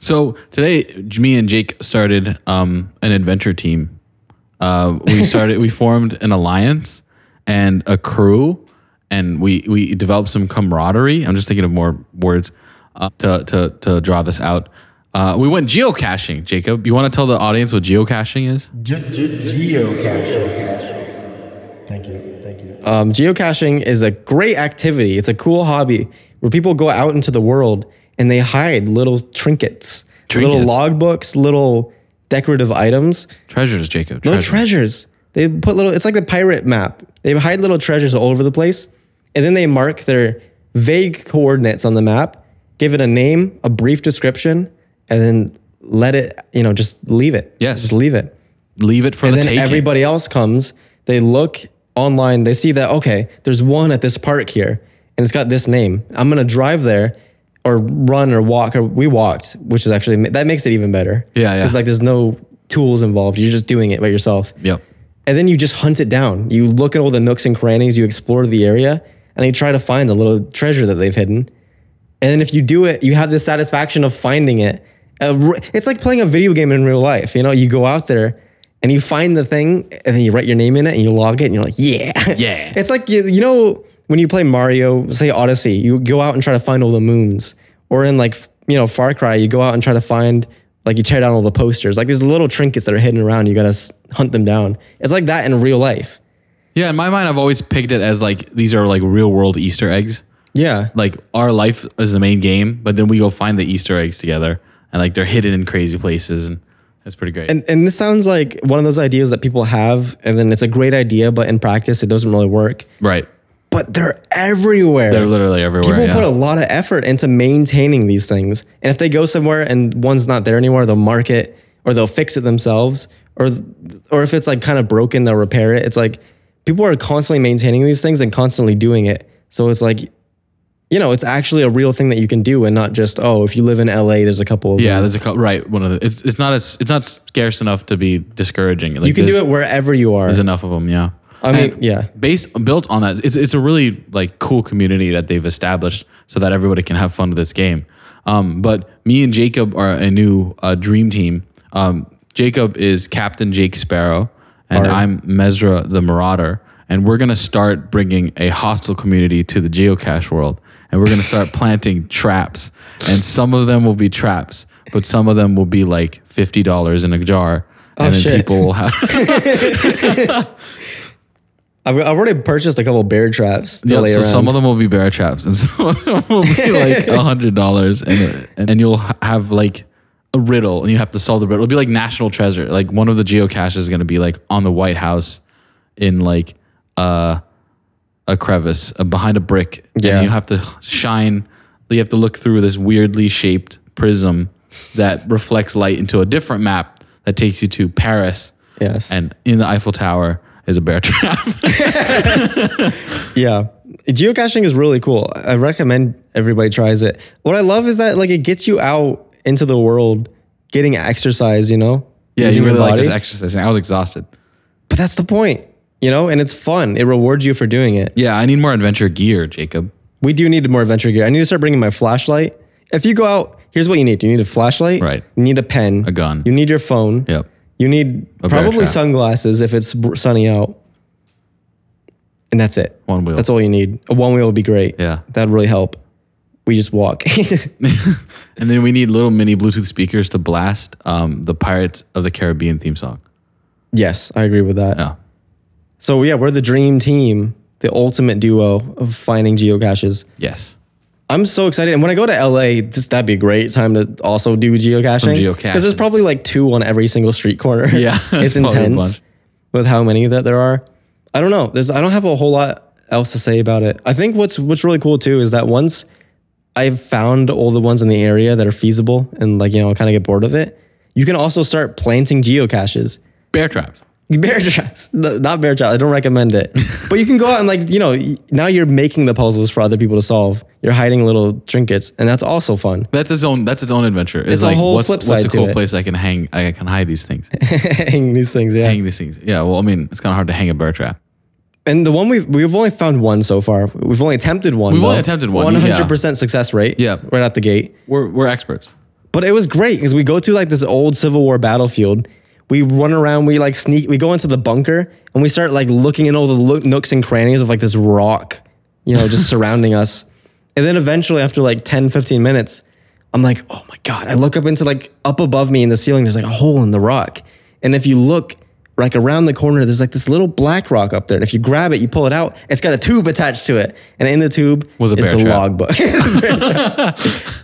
B: So today, j- me and Jake started um, an adventure team. Uh, we started, we formed an alliance and a crew, and we we developed some camaraderie. I'm just thinking of more words uh, to to to draw this out. Uh, we went geocaching, Jacob. You want to tell the audience what geocaching is?
A: Thank you. Thank you. Um, geocaching is a great activity. It's a cool hobby where people go out into the world and they hide little trinkets, little
B: Trinkets.
A: logbooks, little decorative items,
B: Treasures, Jacob.
A: little
B: Treasures.
A: treasures. They put little, it's like the pirate map. They hide little treasures all over the place and then they mark their vague coordinates on the map, give it a name, a brief description, and then let it, you know, just leave it.
B: Yes.
A: Just leave it
B: Leave it for the
A: then
B: taking.
A: everybody else comes they look online they see that okay there's one at this park here and it's got this name i'm going to drive there or run or walk or we walked which is actually that makes it even better
B: Yeah, yeah.
A: it's like there's no tools involved you're just doing it by yourself
B: yep.
A: and then you just hunt it down you look at all the nooks and crannies you explore the area and you try to find the little treasure that they've hidden and then if you do it, you have the satisfaction of finding it. Uh, r- It's like playing a video game in real life. You know, you go out there and you find the thing and then you write your name in it and you log it and you're like, yeah.
B: Yeah.
A: it's like, you, you know, when you play Mario, say Odyssey, you go out and try to find all the moons. Or in like, f- you know, Far Cry, you go out and try to find, like, you tear down all the posters. Like, there's little trinkets that are hidden around. You got to hunt them down. It's like that in real life.
B: Yeah, in my mind, I've always picked it as like these are like real world Easter eggs.
A: Yeah.
B: Like our life is the main game, but then we go find the Easter eggs together, and like they're hidden in crazy places, and that's pretty great.
A: And and this sounds like one of those ideas that people have, and then it's a great idea, but in practice it doesn't really work.
B: right?
A: But they're everywhere.
B: They're literally everywhere.
A: people
B: yeah.
A: put a lot of effort into maintaining these things, and if they go somewhere and one's not there anymore, they'll mark it or they'll fix it themselves, or or if it's like kind of broken, they'll repair it. It's like people are constantly maintaining these things and constantly doing it. So it's like. You know, it's actually a real thing that you can do, and not just oh, if you live in LA, there's a couple. Of
B: yeah, there's a cou- right one of the. It's, it's not as it's not scarce enough to be discouraging. Like
A: you can do it wherever you are.
B: There's enough of them. Yeah.
A: I mean, yeah.
B: based built on that it's, it's a really like cool community that they've established so that everybody can have fun with this game um, but me and jacob are a new uh, dream team um, jacob is captain jake sparrow and i'm mesra the marauder and we're going to start bringing a hostile community to the geocache world and we're going to start planting traps and some of them will be traps but some of them will be like $50 in a jar and
A: Oh,
B: then
A: shit.
B: people will have
A: I've, I've already purchased a couple bear traps to
B: Yeah,
A: lay
B: so
A: around.
B: some of them will be bear traps, and some of them will be like a hundred dollars, and and you'll ha- have like a riddle, and you have to solve the riddle. It'll be like national treasure. Like one of the geocaches is going to be like on the White House, in like uh, a crevice uh, behind a brick,
A: Yeah.
B: and you have to shine. You have to look through this weirdly shaped prism that reflects light into a different map that takes you to Paris,
A: yes.
B: and in the Eiffel Tower is a bear trap.
A: yeah. Geocaching is really cool. I recommend Everybody tries it. What I love is that like it gets you out into the world, getting exercise. You know,
B: Yeah,
A: Using
B: you
A: your
B: really like this
A: body.
B: exercise. And I was exhausted.
A: but that's the point. You know, and it's fun. It rewards you for doing it.
B: Yeah, I need more adventure gear, Jacob.
A: We do need more adventure gear. I need to start bringing my flashlight. If you go out, here's what you need. You need a flashlight.
B: Right.
A: You need a pen.
B: A gun.
A: You need your phone.
B: Yep.
A: You need
B: A bear
A: probably
B: trap.
A: sunglasses if it's br- sunny out. And that's it.
B: One wheel.
A: That's all you need. A one wheel would be great.
B: Yeah.
A: That'd really help. We just walk.
B: And then we need little mini Bluetooth speakers to blast um, the Pirates of the Caribbean theme song.
A: yes, I agree with that.
B: Yeah.
A: So, yeah, we're the dream team, the ultimate duo of finding geocaches.
B: Yes.
A: I'm so excited. And when I go to LA, this, that'd be a great time to also do geocaching.
B: geocaching.
A: Because there's probably like two on every single street corner.
B: Yeah,
A: it's
B: that's probably a
A: intense
B: bunch.
A: with how many that there are. I don't know. There's I don't have a whole lot else to say about it. I think what's what's really cool too is that once I've found all the ones in the area that are feasible and like, you know, kind of get bored of it, you can also start planting geocaches.
B: Bear traps.
A: Bear traps, No, not bear traps. I don't recommend it. but you can go out and like you know now you're making the puzzles for other people to solve. You're hiding little trinkets, and that's also fun.
B: That's its own. That's its own adventure. It's,
A: a
B: like
A: whole
B: what's,
A: flip side
B: what's a
A: to
B: cool
A: it.
B: place I can hang? I can hide these things.
A: Hanging these things, yeah.
B: hang these things. Yeah. Well, I mean, it's kind of hard to hang a bear trap.
A: And the one we've we've only found one so far. We've only attempted one.
B: We've only attempted one,
A: One
B: yeah.
A: hundred percent success rate.
B: Yeah.
A: right out the gate.
B: We're we're experts.
A: But it was great because we go to like this old Civil War battlefield. We run around. We like sneak. We go into the bunker and we start like looking in all the loo- nooks and crannies of like this rock, you know, just surrounding us. And then eventually, after like 10, 15 minutes, I'm like, oh my god! I look up into like up above me in the ceiling. There's like a hole in the rock, and if you look like around the corner, there's like this little black rock up there. And if you grab it, you pull it out. It's got a tube attached to it, and in the tube
B: Was a
A: is
B: bear
A: the
B: trap.
A: logbook. Bear trap.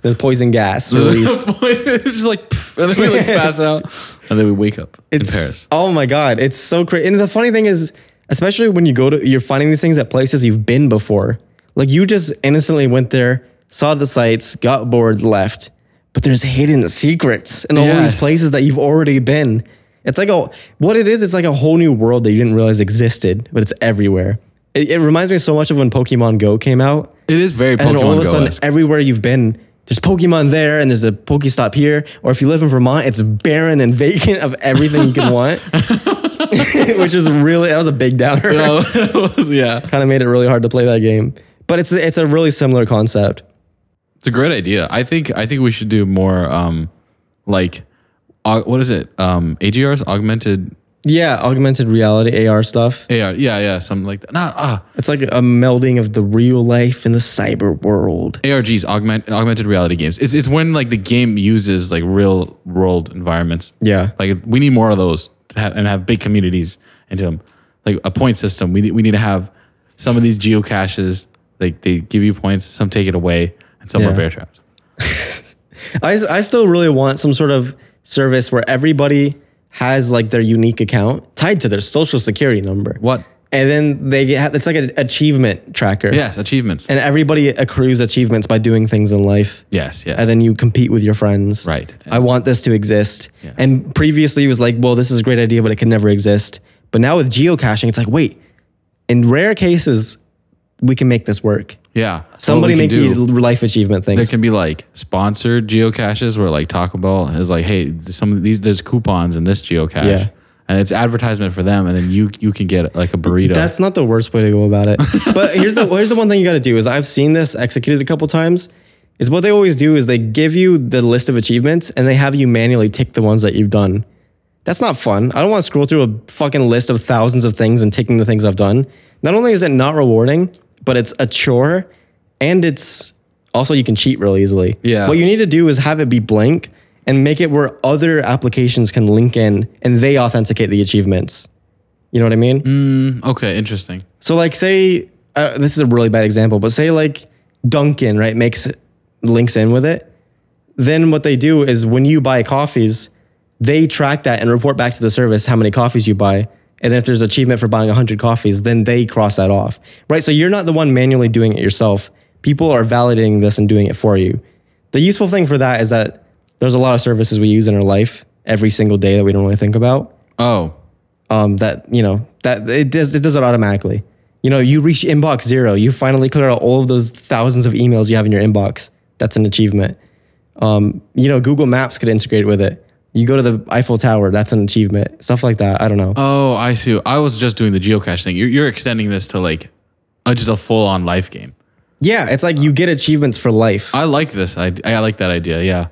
A: there's poison gas released.
B: it's just like pff, and then we like pass out and then we wake up
A: It's-
B: in Paris.
A: Oh my god, it's so crazy. And the funny thing is, especially when you go to, you're finding these things at places you've been before. Like you just innocently went there, saw the sights, got bored, left. But there's hidden secrets in all
B: Yes.
A: these places that you've already been. It's like a what it is. It's like a whole new world that you didn't realize existed, but it's everywhere. It, it reminds me so much of when Pokemon Go came out.
B: It is very
A: And all of
B: Pokemon
A: a
B: Go.
A: sudden,
B: esque
A: everywhere you've been, there's Pokemon there, and there's a Pokestop here. Or if you live in Vermont, it's barren and vacant of everything you can want, which is really that was a big downer.
B: Oh, yeah,
A: Kind of made it really hard to play that game, but it's it's a really similar concept.
B: it's a great idea. I think I think we should do more um like au- what is it um AGRs augmented
A: Yeah, augmented reality AR stuff.
B: AR yeah yeah something like that not ah
A: It's like a melding of the real life and the cyber world.
B: ARGs augment augmented reality games. It's it's when like the game uses like real world environments.
A: Yeah.
B: Like we need more of those to have, and have big communities into them. Like a point system. We need, we need to have some of these geocaches. Like they give you points, some take it away, and some
A: Yeah.
B: are bear traps.
A: I, I still really want some sort of service where everybody has like their unique account tied to their social security number.
B: What?
A: And then they get it's like an achievement tracker.
B: Yes, achievements.
A: And everybody accrues achievements by doing things in life.
B: yes, yes.
A: And then you compete with your friends.
B: Right.
A: I want this to exist.
B: Yes.
A: And previously it was like, well, this is a great idea, but it can never exist. But now with geocaching, it's like, wait, in rare cases, we can make this work.
B: yeah. What
A: Somebody
B: we
A: make
B: can do-
A: the life achievement
B: there
A: things.
B: can be like sponsored geocaches where like Taco Bell is like, hey, there's some of these there's coupons in this geocache,
A: Yeah.
B: and it's advertisement for them, and then you you can get like a burrito.
A: That's not the worst way to go about it. But here's the here's the one thing you got to do is I've seen this executed a couple times. Is what they always do is they give you the list of achievements and they have you manually tick the ones that you've done. That's not fun. I don't want to scroll through a fucking list of thousands of things and ticking the things I've done. Not only is it not rewarding, but it's a chore and it's also you can cheat really easily.
B: Yeah.
A: What you need to do is have it be blank and make it where other applications can link in and they authenticate the achievements. You know what I mean?
B: Okay, interesting.
A: So like say uh, this is a really bad example, but say like Dunkin' right makes links in with it. Then what they do is when you buy coffees, they track that and report back to the service how many coffees you buy. And then if there's achievement for buying 100 coffees, then they cross that off. Right? So you're not the one manually doing it yourself. People are validating this and doing it for you. The useful thing for that is that there's a lot of services we use in our life every single day that we don't really think about
B: Oh,
A: um, that you know that it does it does it automatically. you know, you reach inbox zero. You finally clear out all of those thousands of emails you have in your inbox. That's an achievement. Um, you know, Google Maps could integrate with it. You go to the Eiffel Tower. That's an achievement. Stuff like that. I don't know.
B: Oh, I see. I was just doing the geocache thing. You're, you're extending this to like uh, just a full on life game.
A: yeah, it's like you get achievements for life.
B: I like this. I, I like that idea. Yeah.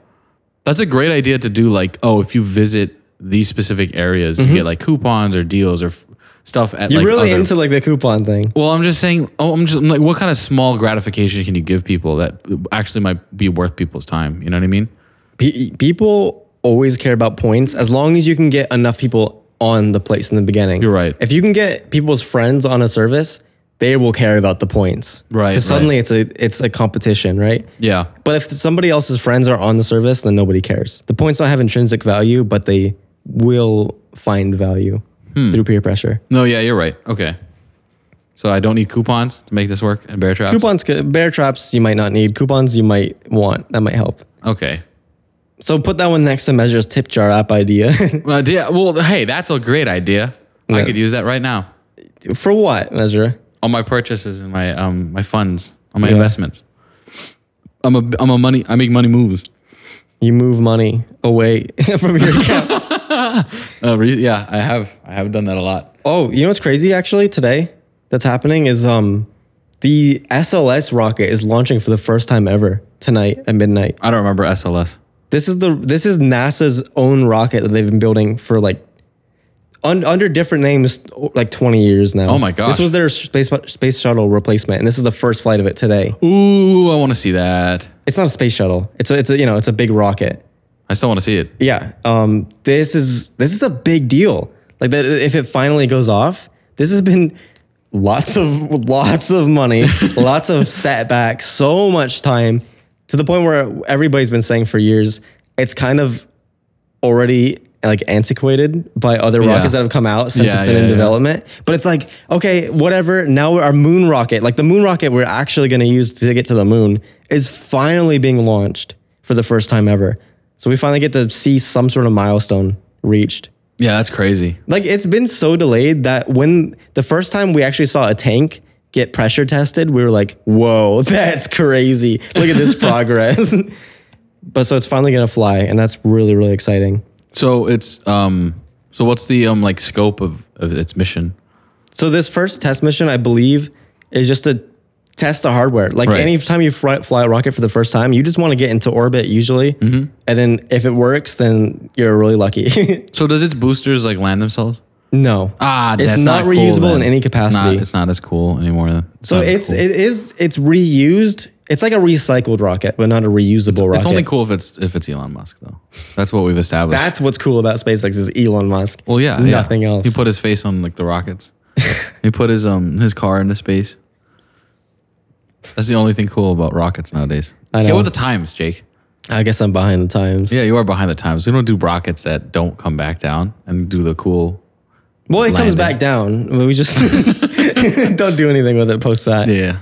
B: That's a great idea to do. Like, oh, if you visit these specific areas, you get like coupons or deals or f- stuff at
A: You're Mm-hmm.
B: like
A: really
B: other-
A: into like the coupon thing.
B: Well, I'm just saying. Oh, I'm just I'm like, what kind of small gratification can you give people that actually might be worth people's time? You know what I mean?
A: Pe- people always care about points as long as you can get enough people on the place in the beginning.
B: You're right.
A: If you can get people's friends on a service, they will care about the points.
B: Right,
A: 'Cause suddenly it's a it's a competition, right?
B: Yeah.
A: But if somebody else's friends are on the service, then nobody cares. The points don't have intrinsic value, but they will find value
B: Hmm.
A: through peer pressure.
B: No. Yeah. You're right. Okay. So I don't need coupons to make this work and bear traps.
A: Coupons, could, bear traps, you might not need. Coupons, you might want. That might help.
B: Okay.
A: So put that one next to Measure's tip jar app idea.
B: Well, yeah, well, hey, that's a great idea. I could use that right now
A: For what, Measure?
B: on my purchases and my um my funds on my investments. I'm a I'm a money I make money moves.
A: You move money away from your account.
B: Uh, re- yeah, I have I have done that a lot.
A: Oh, you know what's crazy actually today that's happening is um the SLS rocket is launching for the first time ever tonight at midnight.
B: I don't remember SLS.
A: This is the this is NASA's own rocket that they've been building for like un, under different names like 20 years now.
B: Oh my gosh.
A: This was their space space shuttle replacement and this is the first flight of it today.
B: Ooh, I want to see that.
A: It's not a space shuttle. It's a, it's a you know, it's a big rocket.
B: I still want to see it.
A: yeah um this is this is a big deal like that if it finally goes off this has been lots of lots of money lots of setbacks so much time to the point where everybody's been saying for years it's kind of already like antiquated by other rockets that have come out since
B: Yeah,
A: it's been
B: yeah,
A: in
B: yeah.
A: development but it's like okay whatever now our moon rocket like the moon rocket we're actually going to use to get to the moon is finally being launched for the first time ever so we finally get to see some sort of milestone reached
B: Yeah, that's crazy.
A: like it's been so delayed that when the first time we actually saw a tank get pressure tested, we were like, "Whoa, that's crazy! Look at this progress." but so it's finally gonna fly, and that's really really exciting.
B: So it's um so what's the um like scope of, of its mission?
A: So this first test mission, I believe, is just to test the hardware. Like
B: Right.
A: anytime you fly, fly a rocket for the first time, you just want to get into orbit usually,
B: Mm-hmm.
A: and then if it works, then you're really lucky.
B: So does its boosters like land themselves?
A: no,
B: Ah,
A: it's
B: that's
A: not,
B: cool
A: reusable
B: then.
A: in any capacity.
B: It's not, it's not as cool anymore. Then.
A: So
B: not as
A: it's
B: cool.
A: it is it's reused. It's like a recycled rocket, but not a reusable rocket.
B: It's only cool if it's if it's Elon Musk though. That's what we've established.
A: That's what's cool about SpaceX is Elon Musk.
B: well, yeah, yeah.
A: nothing else.
B: He put his face on like the rockets. he put his um his car into space. That's the only thing cool about rockets nowadays.
A: I
B: Get
A: know.
B: with the times, Jake.
A: I guess I'm behind the times.
B: Yeah, you are behind the times. We don't do rockets that don't come back down and do the cool.
A: Well, it comes
B: Landing.
A: back down. but We just don't do anything with it post that.
B: Yeah.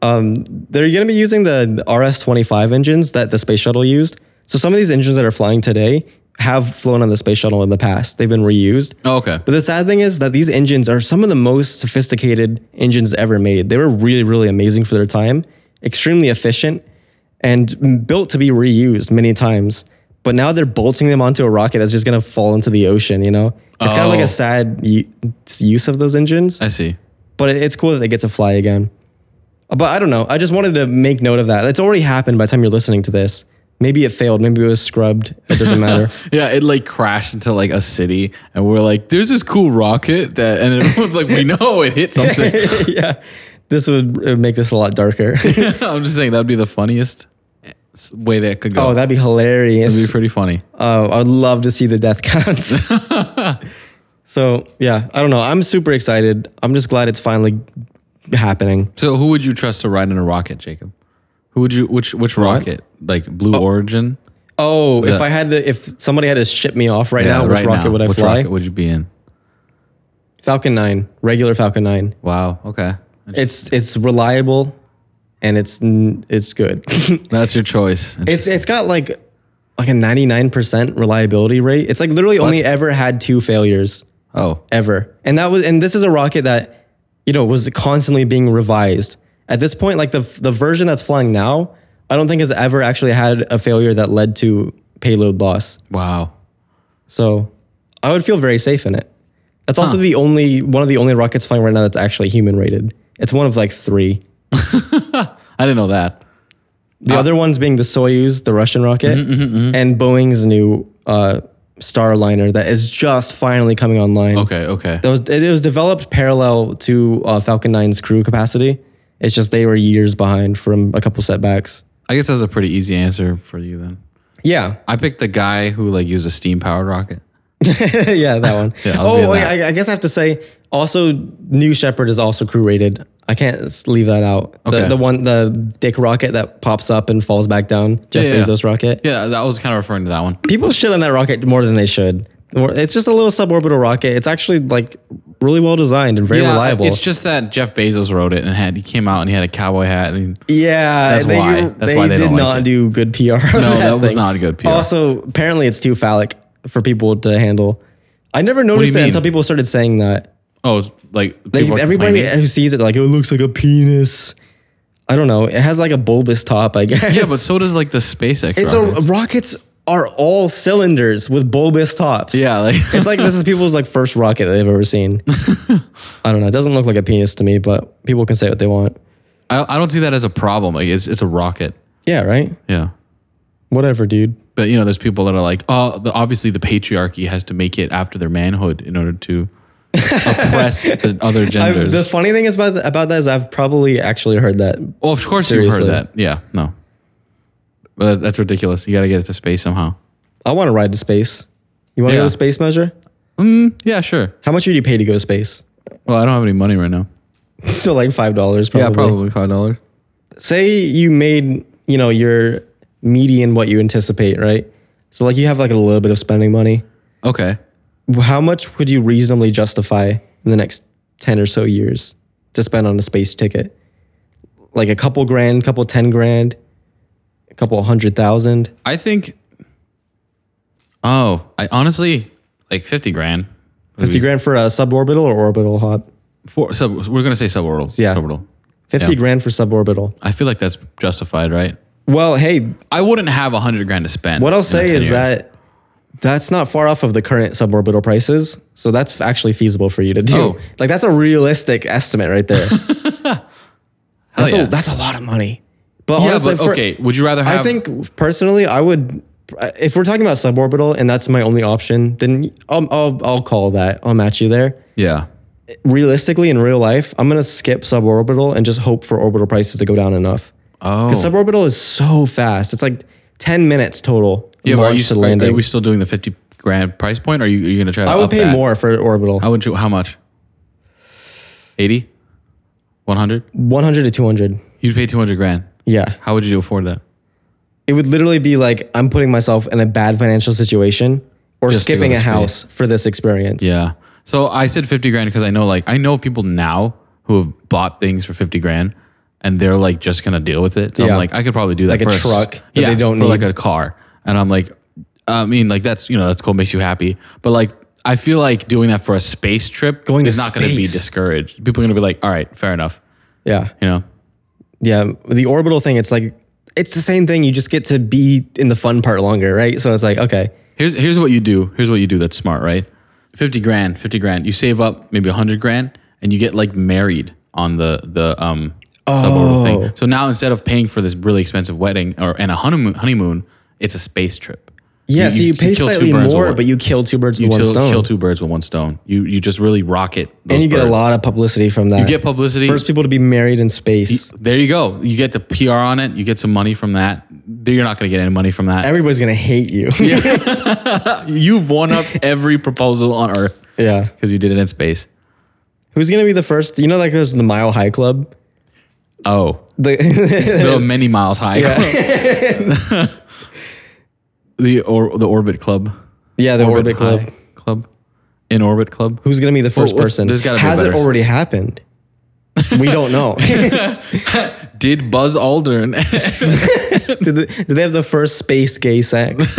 A: They're going to be using the RS-25 engines that the space shuttle used. So some of these engines that are flying today have flown on the space shuttle in the past. They've been reused.
B: Oh, okay.
A: But the sad thing is that these engines are some of the most sophisticated engines ever made. They were really, really amazing for their time, extremely efficient, and m- built to be reused many times. But now they're bolting them onto a rocket that's just gonna fall into the ocean. You know, it's kind of like
B: Oh.
A: a sad u- use of those engines.
B: I see.
A: But it- it's cool that they get to fly again. But I don't know. I just wanted to make note of that. It's already happened by the time you're listening to this. Maybe it failed. Maybe it was scrubbed. It doesn't matter.
B: Yeah, it like crashed into like a city, and we're like, "There's this cool rocket that," and everyone's like, "We know it hit something."
A: yeah, this would uh, make this a lot darker.
B: I'm just saying that'd be the funniest eh, s- way that could go.
A: Oh,
B: that'd
A: that'd be hilarious.
B: be pretty funny.
A: oh, I'd love to see the death counts. so yeah, I don't know. I'm super excited. I'm just glad it's finally happening.
B: So, who would you trust to ride in a rocket, Jacob? Who would you? Which which rocket? Like Blue Origin?
A: Oh, if
B: Yeah.
A: I had to, if somebody had to ship me off right now, which
B: right
A: rocket
B: now,
A: would I
B: which
A: fly?
B: rocket would you be in?
A: Falcon 9, regular Falcon 9.
B: Wow. Okay.
A: It's it's reliable and it's n- it's good.
B: That's your choice.
A: it's it's got like like a 99% reliability rate. It's like literally only ever had two failures.
B: oh,
A: ever. And that was and this is a rocket that you know, was constantly being revised. At this point, like the the version that's flying now, I don't think has ever actually had a failure that led to payload loss.
B: Wow.
A: So I would feel very safe in it. That's also the only one of the only rockets flying right now that's actually human rated. It's one of like three.
B: I didn't know that. Ah.
A: The other ones being the Soyuz, the Russian rocket,
B: Mm-hmm,
A: and Boeing's new uh, Starliner that is just finally coming online.
B: Okay. Okay.
A: That was it was developed parallel to uh, Falcon 9's crew capacity. It's just they were years behind from a couple setbacks.
B: I guess that was a pretty easy answer for you then.
A: Yeah,
B: I picked the guy who like used a steam powered rocket.
A: yeah, that one.
B: Yeah, I'll do
A: oh, wait,
B: that.
A: I, I guess I have to say also New Shepard is also crew rated. I can't s- leave that out.
B: Okay.
A: The, the one the Dick rocket that pops up and falls back down. Jeff
B: Yeah, yeah.
A: Bezos rocket.
B: Yeah, that was kind of referring to that one.
A: People shit on that rocket more than they should. Or- It's just a little suborbital rocket. It's actually like really well designed and very
B: yeah,
A: reliable.
B: It's just that Jeff Bezos wrote it and had he came out and he had a cowboy hat and
A: yeah,
B: That's
A: they,
B: why. That's
A: they
B: why they
A: did
B: don't like
A: not
B: it.
A: do good PR. No,
B: no, that was not good PR.
A: Also, apparently, it's too phallic for people to handle. I never noticed that
B: mean?
A: until people started saying that.
B: oh, it's like
A: Like,
B: people are
A: everybody
B: complaining.
A: who sees it, like, "Oh, it looks like a penis. I don't know. It has like a bulbous top, I guess.
B: Yeah, but so does like the SpaceX.
A: it's
B: rockets.
A: a rockets are all cylinders with bulbous tops.
B: yeah, like
A: it's like this is people's like first rocket that they've ever seen. I don't know. It doesn't look like a penis to me, but people can say what they want.
B: I, I don't see that as a problem. Like it's it's a rocket.
A: Yeah, right.
B: Yeah.
A: Whatever, dude.
B: But you know, there's people that are like, oh, the, obviously the patriarchy has to make it after their manhood in order to oppress the other
A: I've,
B: genders.
A: the funny thing is about about that is I've probably actually heard that.
B: well, of course
A: Seriously.
B: you've heard that. Yeah, no, but that, that's ridiculous. You got to get it to space somehow.
A: I want to ride to space. You want to go to
B: Yeah.
A: space measure?
B: Yeah, sure.
A: How much would you pay to go to space?
B: Well, I don't have any money right now.
A: so like five dollars, probably.
B: five dollars.
A: Say you made you know your median what you anticipate, right? So like you have like a little bit of spending money.
B: Okay.
A: How much would you reasonably justify in the next ten or so years to spend on a space ticket? Like a couple grand, couple ten grand, a couple hundred thousand.
B: I think. Oh, I honestly like fifty grand.
A: Fifty grand for a suborbital or orbital hop.
B: For sub, we're gonna say suborbital.
A: Yeah.
B: Suborbital.
A: Fifty
B: Yeah.
A: grand for suborbital.
B: I feel like that's justified, right?
A: Well, hey,
B: I wouldn't have a hundred grand to spend.
A: What I'll
B: in
A: say
B: 10
A: is
B: years.
A: that that's not far off of the current suborbital prices. So that's actually feasible for you to do.
B: Oh.
A: Like that's a realistic estimate right there.
B: Hell
A: that's,
B: yeah.
A: a, that's a lot of money. But
B: yeah,
A: honestly,
B: but
A: for-
B: okay. Would you rather have?
A: I think personally, I would. If we're talking about suborbital and that's my only option, then I'll, I'll, I'll call that. I'll match you there.
B: Yeah.
A: Realistically, in real life, I'm going to skip suborbital and just hope for orbital prices to go down enough.
B: Oh.
A: Because suborbital is so fast. It's like 10 minutes total.
B: Yeah, but are,
A: launch
B: you,
A: to
B: are,
A: landing.
B: are we still doing the fifty grand price point? Or are you, are you gonna try? To
A: I would
B: up
A: pay
B: that?
A: more for orbital.
B: How would you? How much? 80? 100?
A: 100 to 200.
B: You'd pay two hundred grand.
A: Yeah.
B: How would you afford that?
A: It would literally be like I'm putting myself in a bad financial situation or
B: Just to go
A: skipping
B: to
A: a
B: space.
A: house for this experience.
B: Yeah. So I said 50 grand because I know like I know people now who have bought things for 50 grand and they're like just gonna deal with it. So
A: Yeah.
B: I'm like, I could probably do
A: Like
B: that
A: a
B: for s-
A: truck that
B: yeah,
A: they don't
B: for like
A: need.
B: a car. And I'm like, I mean, like that's you know, that's cool, makes you happy. But like I feel like doing that for a space trip
A: Going to
B: is not gonna be
A: space.
B: discouraged. People are gonna be like, all right, fair enough.
A: Yeah.
B: You know?
A: Yeah. The orbital thing, it's like, it's the same thing. You just get to be in the fun part longer, right? So it's like, okay.
B: Here's here's what you do. Here's what you do that's smart, right? 50 grand, 50 grand. You save up maybe 100 grand and you get like married on the the um suborbital
A: Oh.
B: thing. So now instead of paying for this really expensive wedding or and a honeymoon honeymoon, it's a space trip.
A: Yeah. so you, pay
B: kill two
A: slightly
B: birds with
A: more,
B: one-
A: but you kill two birds with
B: you
A: one
B: kill,
A: stone.
B: kill two birds with one stone. You you just really rocket those
A: and you get a
B: birds.
A: lot of publicity from that.
B: You get publicity.
A: First people to be married in space.
B: there you go. You get the PR on it. You get some money from that. You're not going to get any money from that.
A: Everybody's going to hate you. Yeah.
B: You've won up every proposal on Earth because you did it in space.
A: Who's going to be the first? You know, like there's the Mile High Club.
B: Oh,
A: The,
B: the many miles high. the or the orbit club.
A: yeah, the Orbit Club.
B: High club. In orbit club.
A: Who's going to be the first
B: what's-
A: person?
B: there's gotta be
A: Has it
B: better.
A: already happened? We don't know. did,
B: Did Buzz Aldrin?
A: they, did they have the first space gay sex?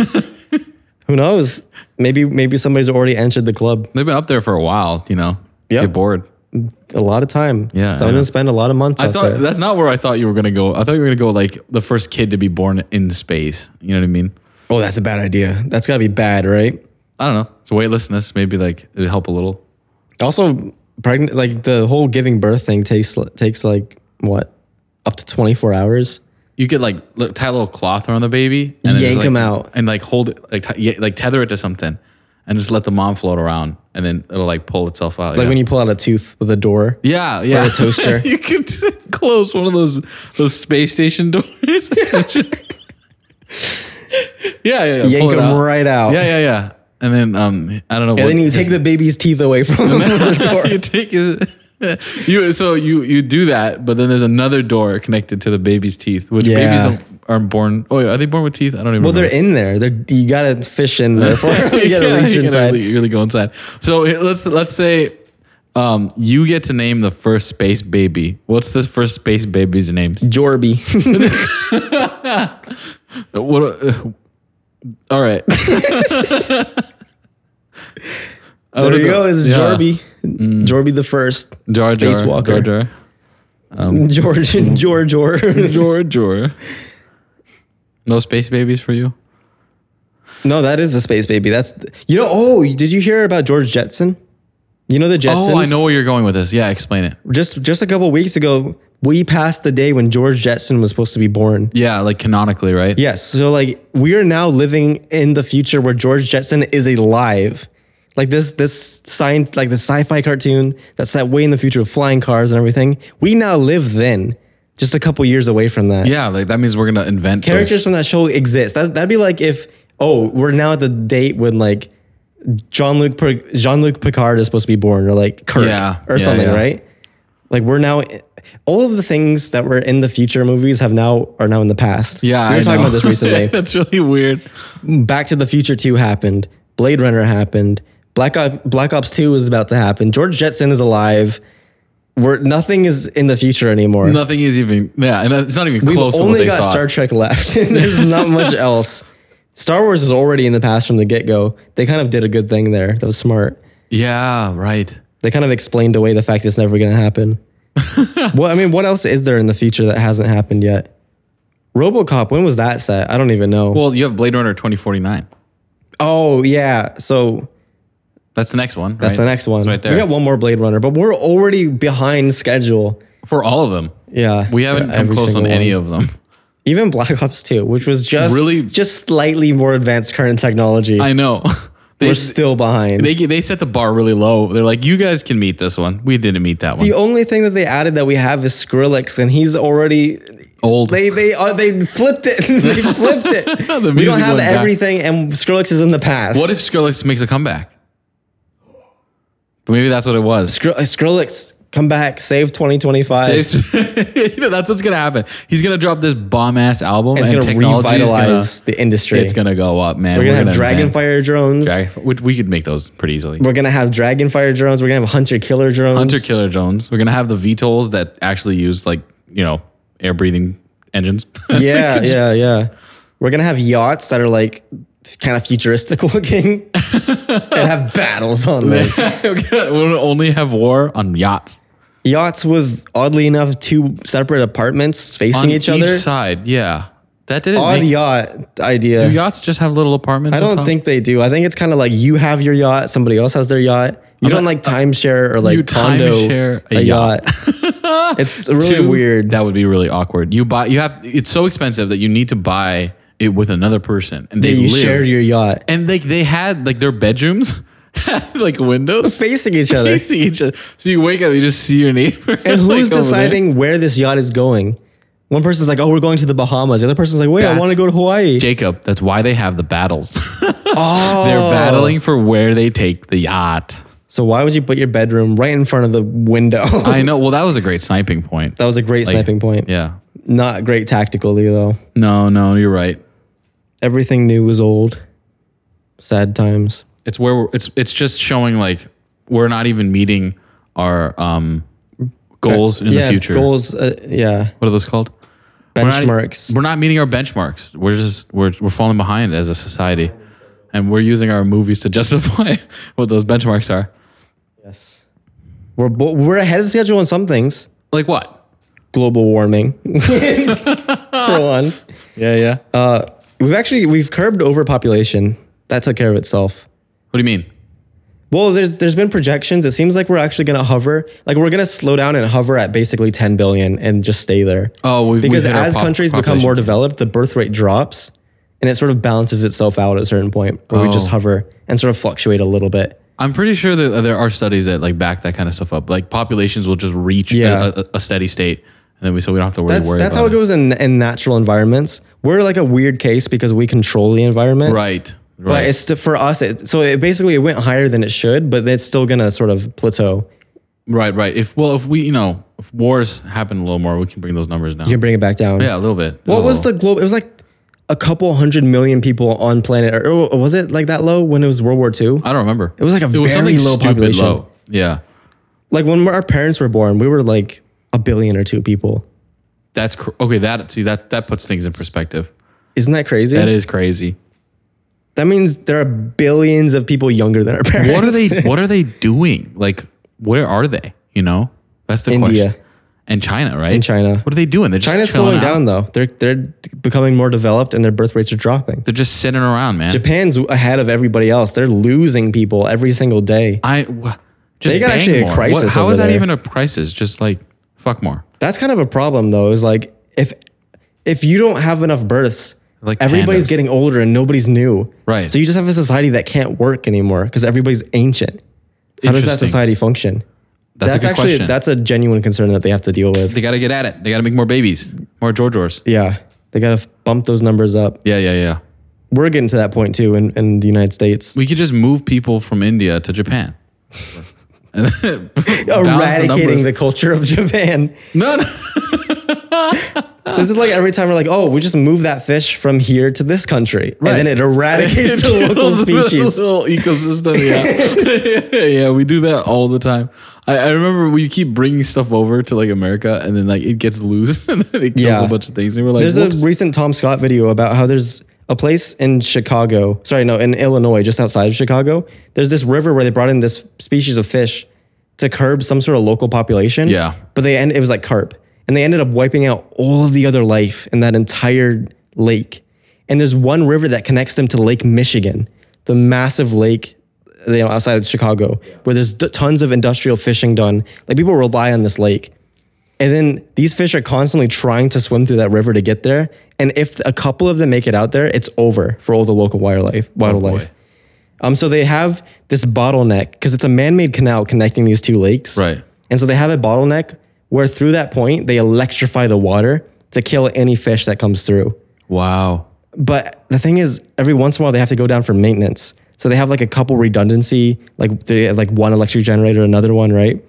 A: Who knows? Maybe maybe somebody's already entered the club.
B: They've been up there for a while. You know.
A: Yep.
B: Get bored.
A: a lot of time.
B: Yeah,
A: so
B: I
A: I'm
B: know.
A: gonna spend a lot of months.
B: I
A: out
B: thought
A: there.
B: that's not where I thought you were gonna go. I thought you were gonna go like the first kid to be born in space. You know what I mean?
A: oh, that's a bad idea. That's gotta be bad, right?
B: I don't know. It's weightlessness. Maybe like it'd help a little.
A: Also, pregnant like the whole giving birth thing takes takes like what up to 24 hours.
B: You could like li- tie a little cloth around the baby and then
A: Yank
B: just, like-
A: him out.
B: and like hold it, like ti- yeah, like tether it to something, and just let the mom float around, and then it'll like pull itself out.
A: Like
B: yeah.
A: when you pull out a tooth with a door.
B: yeah, yeah,
A: a toaster.
B: you could close one of those those space station doors. yeah, yeah, yeah.
A: Yank
B: pull it
A: them right out.
B: Yeah, yeah, yeah. And then um, I don't know.
A: And then you take the baby's teeth away from them with the door.
B: you take his, you so you you do that, but then there's another door connected to the baby's teeth, which
A: Yeah.
B: babies don't, aren't born. Oh, yeah, are they born with teeth? I don't even.
A: Well, they're
B: remember.
A: in there. They're you gotta fish in there. For, you gotta
B: Yeah,
A: reach
B: you gotta
A: inside.
B: really, really go inside. So eh, let's let's say. Um, you get to name the first space baby. What's the first space baby's name?
A: Jorby.
B: What? uh, all right. I
A: there
B: wanna
A: you go. This is
B: yeah. Mm.
A: Jorby. Jorby the first.
B: Jar Jar.
A: Spacewalker.
B: Jar Jar.
A: George and George or
B: Jar Jar. No space babies for you.
A: No, that is the space baby. That's you know. Oh, did you hear about George Jetson? You know the Jetsons.
B: Oh, I know where you're going with this. Yeah, explain it.
A: Just just a couple weeks ago, we passed the day when George Jetson was supposed to be born.
B: Yeah, like canonically, right?
A: Yes. So like we are now living in the future where George Jetson is alive. Like this this science like the sci-fi cartoon that's set way in the future with flying cars and everything. We now live then, just a couple years away from that.
B: Yeah, like that means we're gonna invent those-
A: characters from that show exist. That, that'd be like if oh we're now at the date when like John Luke Jean Luc Picard is supposed to be born or like Kirk
B: Yeah,
A: or
B: yeah,
A: something,
B: yeah.
A: right? Like we're now all of the things that were in the future movies have now are now in the past.
B: Yeah,
A: we were
B: I
A: talking
B: know.
A: about this recently.
B: That's really weird.
A: Back to the Future Two happened. Blade Runner happened. Black Ops, Black Ops Two is about to happen. George Jetson is alive. We're nothing is in the future anymore.
B: Nothing is even. Yeah, and it's not even
A: We've
B: close. to what
A: only
B: they
A: got
B: thought.
A: Star Trek left. There's not much else. Star Wars was already in the past from the get go. They kind of did a good thing there. That was smart.
B: Yeah, right.
A: They kind of explained away the fact it's never going to happen. well, I mean, what else is there in the future that hasn't happened yet? RoboCop. When was that set? I don't even know.
B: Well, you have Blade Runner 2049.
A: oh yeah, so
B: That's the next one.
A: that's the next one.
B: It's right
A: We
B: there
A: got one more Blade Runner, but we're already behind schedule.
B: for all of them.
A: Yeah,
B: We haven't
A: for
B: come
A: every
B: close on
A: single
B: any
A: one.
B: of them.
A: even Black Ops Two, which was just
B: Really-
A: just slightly more advanced current technology.
B: I know. They
A: we're still behind.
B: they they set the bar really low. They're like, you guys can meet this one. We didn't meet that one.
A: The only thing that they added that we have is Skrillex, and he's already
B: Old.
A: they they are they flipped it. they flipped it.
B: The
A: we
B: music
A: don't have
B: went back.
A: everything, and Skrillex is in the past.
B: what if Skrillex makes a comeback? But maybe that's what it was.
A: Skr- uh, Skrillex come back, save 2025?
B: It's- you know, that's what's gonna happen. He's gonna drop this bomb ass album,
A: it's
B: and
A: going to
B: technology is gonna.
A: revitalize the industry.
B: It's gonna go up, man.
A: we're going to have
B: invent-
A: Dragonfire drones.
B: Dragon- Which we could make those pretty easily.
A: We're going to have Dragonfire drones. We're going to have Hunter Killer drones.
B: Hunter Killer drones. We're gonna have the VTOLs that actually use like you know air breathing engines.
A: yeah, yeah, yeah. We're going to have yachts that are like kind of futuristic looking and have battles on them.
B: we'll only have war on yachts
A: yachts with oddly enough two separate apartments facing
B: on
A: each other.
B: side. Yeah, that didn't.
A: Odd
B: make,
A: yacht idea.
B: do yachts just have little apartments?
A: I don't think they do. I think it's kind of like you have your yacht, somebody else has their yacht. You don't like timeshare or like
B: You
A: condo
B: timeshare a
A: a yacht. it's really weird.
B: That would be really awkward. You buy. You have. It's so expensive that you need to buy it with another person, and they
A: that you
B: live.
A: share your yacht
B: and like they had like their bedrooms had like windows
A: facing each other.
B: facing each other. So you wake up, you just see your neighbor.
A: And who's
B: like, over there.
A: deciding where this yacht is going? One person's like, "Oh, we're going to the Bahamas." The other person's like, "Wait, I
B: That's-
A: want to go to Hawaii."
B: Jacob, that's why they have the battles.
A: oh,
B: They're battling for where they take the yacht.
A: So why would you put your bedroom right in front of the window?
B: I know. Well, that was a great sniping point.
A: that was a great sniping point.
B: Yeah.
A: Not great tactically though.
B: No, no, you're right.
A: everything new was old. Sad times.
B: It's where we're, it's it's just showing like we're not even meeting our um goals in
A: yeah,
B: the future.
A: goals. Uh, yeah,
B: What are those called? We're not, e-, Mm.
A: benchmarks.
B: we're not meeting our benchmarks. We're just we're we're falling behind as a society, and we're using our movies to justify what those benchmarks are.
A: yes. We're bo- we're ahead of schedule on some things.
B: Like what?
A: Global warming, for one.
B: Yeah, yeah. Uh,
A: We've actually we've curbed overpopulation. That took care of itself.
B: what do you mean?
A: Well, there's there's been projections. It seems like we're actually going to hover, like we're going to slow down and hover at basically 10 billion and just stay there.
B: Oh, we've-
A: because
B: we've hit our
A: as
B: pop-
A: countries become more
B: population.
A: developed, the birth rate drops, and it sort of balances itself out at a certain point where we just
B: Oh.
A: hover and sort of fluctuate a little bit.
B: I'm pretty sure that uh, there are studies that like back that kind of stuff up. Like populations will just reach a-
A: Yeah.
B: a, a steady state, and then we so we don't have to worry.
A: That's
B: worry
A: that's
B: about
A: how it goes in in natural environments. We're like a weird case because we control the environment,
B: Right. Right.
A: But it's st- for us. It, so it basically it went higher than it should, but it's still going to sort of plateau.
B: right. Right. If well, if we you know if wars happen a little more, we can bring those numbers down.
A: You can bring it back down.
B: yeah, a little bit. Just
A: What
B: a
A: was
B: little.
A: the global? It was like a couple hundred million people on planet, or or was it like that low when it was World War II?
B: I don't remember.
A: It was like a very low population.
B: Yeah.
A: Like when our parents were born, we were like a billion or two people.
B: That's cr- okay. That see that that puts things in perspective.
A: Isn't that crazy?
B: That is crazy.
A: That means there are billions of people younger than our parents.
B: What are they? What are they doing? Like, where are they? You know, that's the
A: India.
B: question. And China, right?
A: in China?
B: What are they doing? They're just
A: China's slowing
B: chilling out.
A: down though. They're they're becoming more developed and their birth rates are dropping.
B: They're just sitting around, man.
A: Japan's ahead of everybody else. They're losing people every single day.
B: I wha- just
A: They got
B: bang
A: actually a
B: more.
A: crisis
B: What, how
A: over
B: is that
A: there.
B: even a crisis? Just like fuck more.
A: That's kind of a problem though. Is like if if you don't have enough births,
B: Like
A: everybody's
B: pandas.
A: getting older and nobody's new.
B: Right.
A: So you just have a society that can't work anymore because everybody's ancient. How does that
B: Interesting.
A: society function?
B: That's, a good
A: actually
B: question.
A: that's a genuine concern that they have to deal with.
B: they got to get at it. They got to make more babies, more Georgiors.
A: Yeah. They got to bump those numbers up.
B: Yeah, yeah, yeah.
A: We're getting to that point too in, in the United States.
B: We could just move people from India to Japan. And then balance
A: Eradicating
B: numbers.
A: the culture of Japan.
B: no, no.
A: This is like every time we're like, oh, we just move that fish from here to this country.
B: Right.
A: And then it eradicates the local
B: Kills the
A: species.
B: little ecosystem. Yeah, yeah, we do that all the time. I, I remember we keep bringing stuff over to like America, and then like it gets loose, and then it kills
A: Yeah.
B: a bunch of things. And we're like,
A: There's
B: "Whoops."
A: a recent Tom Scott video about how there's a place in Chicago, sorry, no, in Illinois, just outside of Chicago. There's this river where they brought in this species of fish to curb some sort of local population.
B: Yeah.
A: But they end it was like carp. And they ended up wiping out all of the other life in that entire lake. And there's one river that connects them to Lake Michigan, the massive lake you know, outside of Chicago, where there's d- tons of industrial fishing done. Like people rely on this lake. And then these fish are constantly trying to swim through that river to get there. And if a couple of them make it out there, it's over for all the local wildlife. Wildlife. um, so they have this bottleneck because it's a man-made canal connecting these two lakes.
B: Right.
A: And so they have a bottleneck where through that point they electrify the water to kill any fish that comes through.
B: wow.
A: But the thing is, every once in a while they have to go down for maintenance. So they have like a couple redundancy, like they have like one electric generator, another one, right?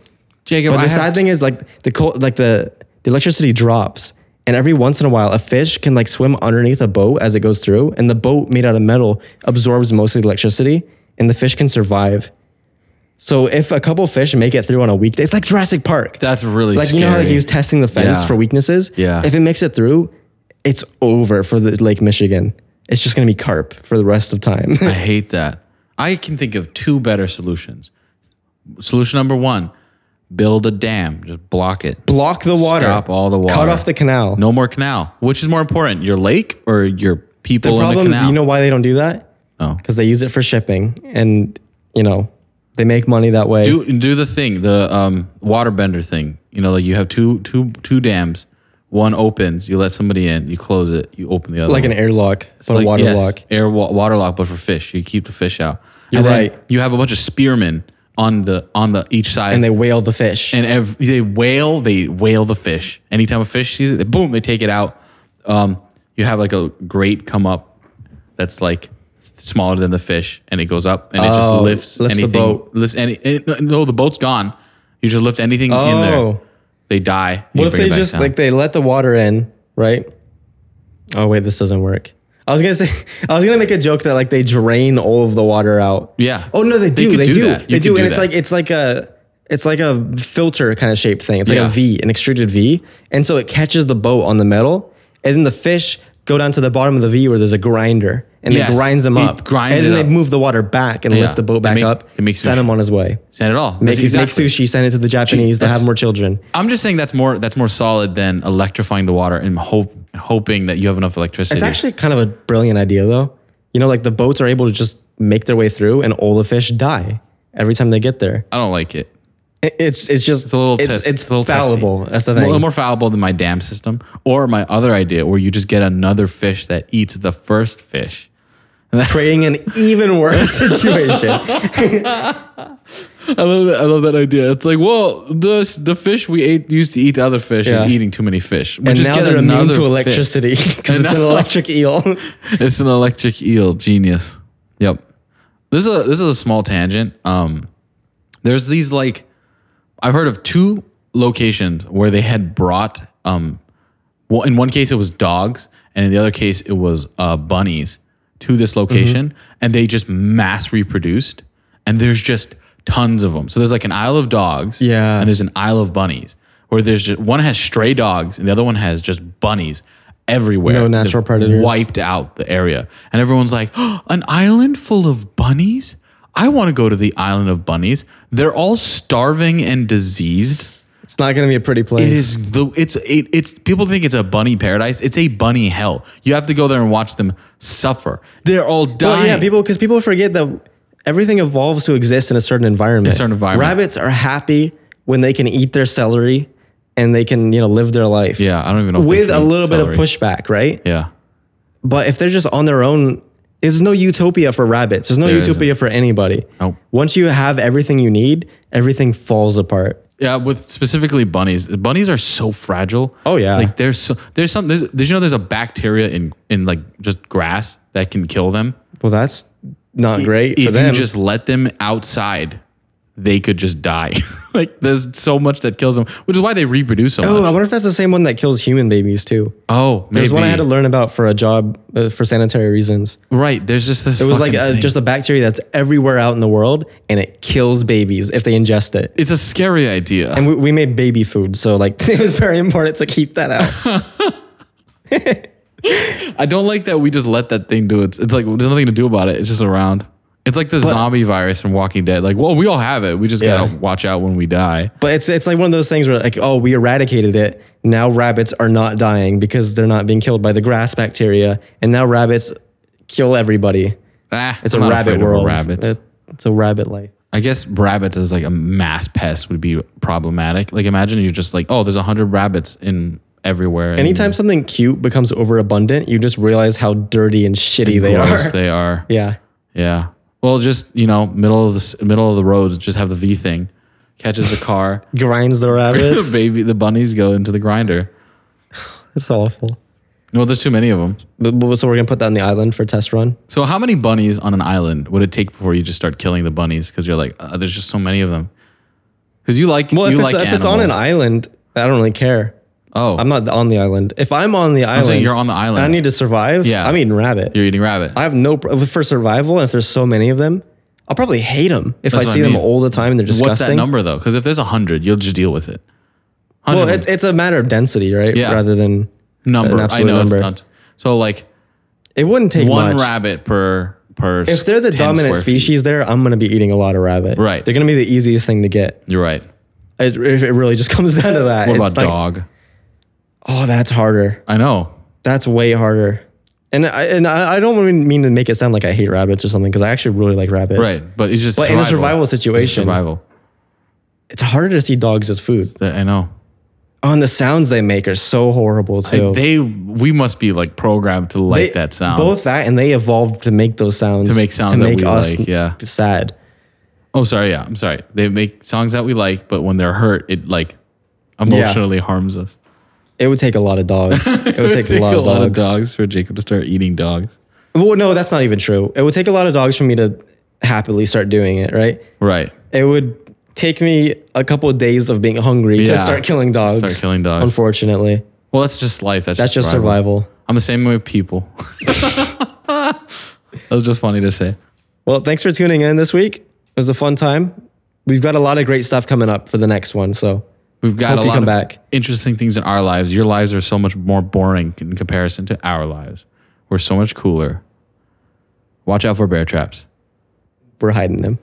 B: Jacob,
A: But
B: I
A: the
B: have
A: sad thing is, like the cold, like the the electricity drops, and every once in a while, a fish can like swim underneath a boat as it goes through, and the boat made out of metal absorbs most of the electricity, and the fish can survive. So if a couple fish make it through on a weekday, it's like Jurassic Park.
B: That's really
A: like
B: scary.
A: you know how like he was testing the fence
B: Yeah.
A: for weaknesses.
B: Yeah.
A: If it makes it through, it's over for the Lake Michigan. It's just gonna be carp for the rest of time.
B: I hate that. I can think of two better solutions. Solution number one: build a dam, just block it.
A: Block the water.
B: Stop all the
A: Cut
B: water.
A: off the canal.
B: No more canal. Which is more important, your lake or your people
A: The
B: in
A: problem,
B: the canal?
A: you know why they don't do that?
B: No.
A: Because they use it for shipping and, you know, they make money that way.
B: do do the thing, the um, waterbender thing. You know, like you have two two two dams. One opens, you let somebody in, you close it, you open the other.
A: like an
B: one.
A: airlock,
B: It's
A: but
B: like-
A: a water
B: yes,
A: lock.
B: air wa- water lock, but for fish, you keep the fish out.
A: You're
B: And then
A: right.
B: You have a bunch of spearmen on the on the each side,
A: And they whale the fish.
B: and ev- they whale they whale the fish anytime a fish sees it they, boom they take it out um, you have like a grate come up that's like smaller than the fish and it goes up and it just
A: Oh,
B: lifts,
A: lifts the
B: anything
A: boat.
B: lifts any it, no the boat's gone you just lift anything in
A: Oh.
B: there they die and you
A: what if
B: bring it
A: they
B: back
A: just,
B: down.
A: like, they let the water in, right? Oh, wait, this doesn't work. I was gonna say, I was gonna make a joke that like they drain all of the water out.
B: Yeah.
A: Oh no, they
B: They
A: do.
B: could
A: They,
B: do
A: do.
B: that. You
A: They
B: could
A: do,
B: do
A: and it's
B: that.
A: like it's like a it's like a filter kind of shaped thing. It's like
B: Yeah.
A: a V, an extruded V, and so it catches the boat on the metal, and then the fish go down to the bottom of the V where there's a grinder, and
B: Yes.
A: it grinds them
B: He
A: up.
B: grinds
A: and
B: it
A: then
B: up.
A: they move the water back and
B: Yeah.
A: lift the boat
B: It
A: back
B: make-
A: up.
B: it makes
A: send
B: sushi.
A: him on his way.
B: Send it all.
A: Make,
B: That's exactly-
A: make sushi, send it to the Japanese to
B: that's-
A: have more children.
B: I'm just saying that's more that's more solid than electrifying the water and hope hoping that you have enough electricity.
A: It's actually kind of a brilliant idea, though. You know, like the boats are able to just make their way through, and all the fish die every time they get there.
B: I don't like it.
A: I- It's it's just
B: It's a little
A: it's,
B: test.
A: it's
B: a little testy.
A: fallible. That's the
B: It's a
A: thing.
B: little more fallible than my dam system or my other idea where you just get another fish that eats the first fish.
A: Creating an even worse situation.
B: I love that. I love that idea. It's like, well, the the fish we ate used to eat the other fish
A: Yeah.
B: is eating too many fish. We
A: and
B: just
A: now
B: get
A: they're immune
B: another
A: to
B: fish.
A: electricity because it's an electric eel.
B: It's an electric eel. Genius. Yep. This is a this is a small tangent. Um, there's these like I've heard of two locations where they had brought um, well, in one case it was dogs, and in the other case it was uh, bunnies to this location, and they just mass reproduced, and there's just tons of them. So there's like an aisle of dogs,
A: Yeah.
B: and there's an aisle of bunnies where there's just, one has stray dogs and the other one has just bunnies everywhere.
A: No
B: They've
A: natural predators.
B: Wiped out the area, and everyone's like, oh, an island full of bunnies. I want to go to the island of bunnies. They're all starving and diseased.
A: It's not going to be a pretty place.
B: It is the it's it, it's people think it's a bunny paradise. It's a bunny hell. You have to go there and watch them suffer. They're all dying.
A: Well, yeah, people because people forget that everything evolves to exist in a certain environment.
B: certain environment.
A: Rabbits are happy when they can eat their celery and they can you know live their life.
B: Yeah, I don't even know. if they
A: With
B: feed
A: a little bit of
B: celery.
A: pushback, right?
B: Yeah,
A: But if they're just on their own, there's no utopia for rabbits. There's no
B: There
A: utopia for anybody.
B: Nope.
A: Once you have everything you need, everything falls apart.
B: yeah. With specifically bunnies, bunnies are so fragile.
A: Oh, yeah.
B: like there's so there's some there's, there's you know there's a bacteria in in like just grass that can kill them.
A: Well, that's not great for
B: if you
A: them.
B: just let them outside, they could just die. like there's so much that kills them, which is why they reproduce so
A: oh, I
B: much.
A: wonder if that's the same one that kills human babies too.
B: Oh, maybe.
A: There's one I had to learn about for a job uh, for sanitary reasons.
B: right. There's just this.
A: It was like a, just a bacteria that's everywhere out in the world, and it kills babies if they ingest it.
B: it's a scary idea.
A: And we, we made baby food, so like it was very important to keep that out.
B: I don't like that we just let that thing do it. It's like there's nothing to do about it. It's just around. It's like the zombie virus from Walking Dead. Like, well, we all have it. We just gotta
A: Yeah.
B: watch out when we die.
A: But it's it's like one of those things where like oh we eradicated it. Now rabbits are not dying because they're not being killed by the grass bacteria, and now rabbits kill everybody.
B: Ah,
A: It's
B: I'm
A: a
B: not
A: rabbit
B: afraid of
A: world.
B: Rabbits.
A: It- it's a rabbit life.
B: I guess rabbits as like a mass pest would be problematic. Like, imagine you're just like, oh, there's a hundred rabbits in everywhere. and
A: Anytime something cute becomes overabundant, you just realize how dirty and shitty they are.
B: gross They are.
A: Yeah.
B: Yeah. Well, just you know, middle of the s- middle of the road, just have the V thing catches the car.
A: Grinds the
B: the
A: rabbits.
B: baby, the bunnies go into the grinder.
A: It's awful.
B: No, there's too many of them.
A: But, but- so we're gonna put that on the island for test run.
B: So, how many bunnies on an island would it take before you just start killing the bunnies? Because you're like, uh, there's just so many of them. Because you like,
A: Well, if,
B: you
A: it's,
B: like
A: if it's on an
B: animals.
A: island, I don't really care.
B: oh,
A: I'm not on the island. If I'm on the island,
B: saying you're on the
A: and I
B: island.
A: need to survive.
B: Yeah.
A: I'm eating rabbit.
B: you're eating rabbit.
A: I have no pr- for survival. And if there's so many of them, I'll probably hate them if
B: That's
A: I
B: what
A: see
B: I
A: them
B: mean.
A: all the time and they're disgusting.
B: What's that number though? Because if there's a hundred, you'll just deal with it. 100
A: Well, it's, it's a matter of density, right?
B: Yeah.
A: Rather than
B: number.
A: an
B: I
A: absolute
B: know it's
A: number.
B: not. So like
A: it wouldn't take
B: one
A: much.
B: rabbit per per.
A: if they're the
B: 10
A: dominant
B: square feet.
A: species there, I'm gonna be eating a lot of rabbit.
B: Right.
A: They're gonna be the easiest thing to get.
B: you're right.
A: It, it it really just comes down to that.
B: What
A: It's
B: about
A: like,
B: dog?
A: Oh, that's harder.
B: I know.
A: That's way harder. And I and I, I don't even mean to make it sound like I hate rabbits or something because I actually really like rabbits.
B: Right, but it's just
A: But in a survival
B: It's
A: situation.
B: Survival.
A: It's harder to see dogs as food.
B: I I know.
A: Oh, and the sounds they make are so horrible too.
B: They we must be like programmed to like
A: They-
B: that sound.
A: Both that and they evolved to make those sounds.
B: To make sounds that we like, yeah.
A: sad.
B: Oh, sorry. Yeah, I'm sorry. They make songs that we like, but when they're hurt, it like emotionally harms us.
A: It would take a lot of dogs. It would take, a lot, of, dogs.
B: for Jacob to start eating dogs.
A: Well, no, that's not even true. It would take a lot of dogs for me to happily start doing it. Right.
B: Right.
A: It would take me a couple of days of being hungry
B: Yeah.
A: to start killing dogs.
B: Start killing dogs.
A: Unfortunately,
B: Well, that's just life. That's,
A: that's just survival.
B: I'm the same way with people. that was just funny to say.
A: Well, thanks for tuning in this week. It was a fun time. We've got a lot of great stuff coming up for the next one. So
B: We've got
A: Hope
B: a
A: you
B: lot
A: come
B: of
A: back.
B: interesting things in our lives. Your lives are so much more boring in comparison to our lives. We're so much cooler.
D: Watch out for bear traps.
B: We're hiding them.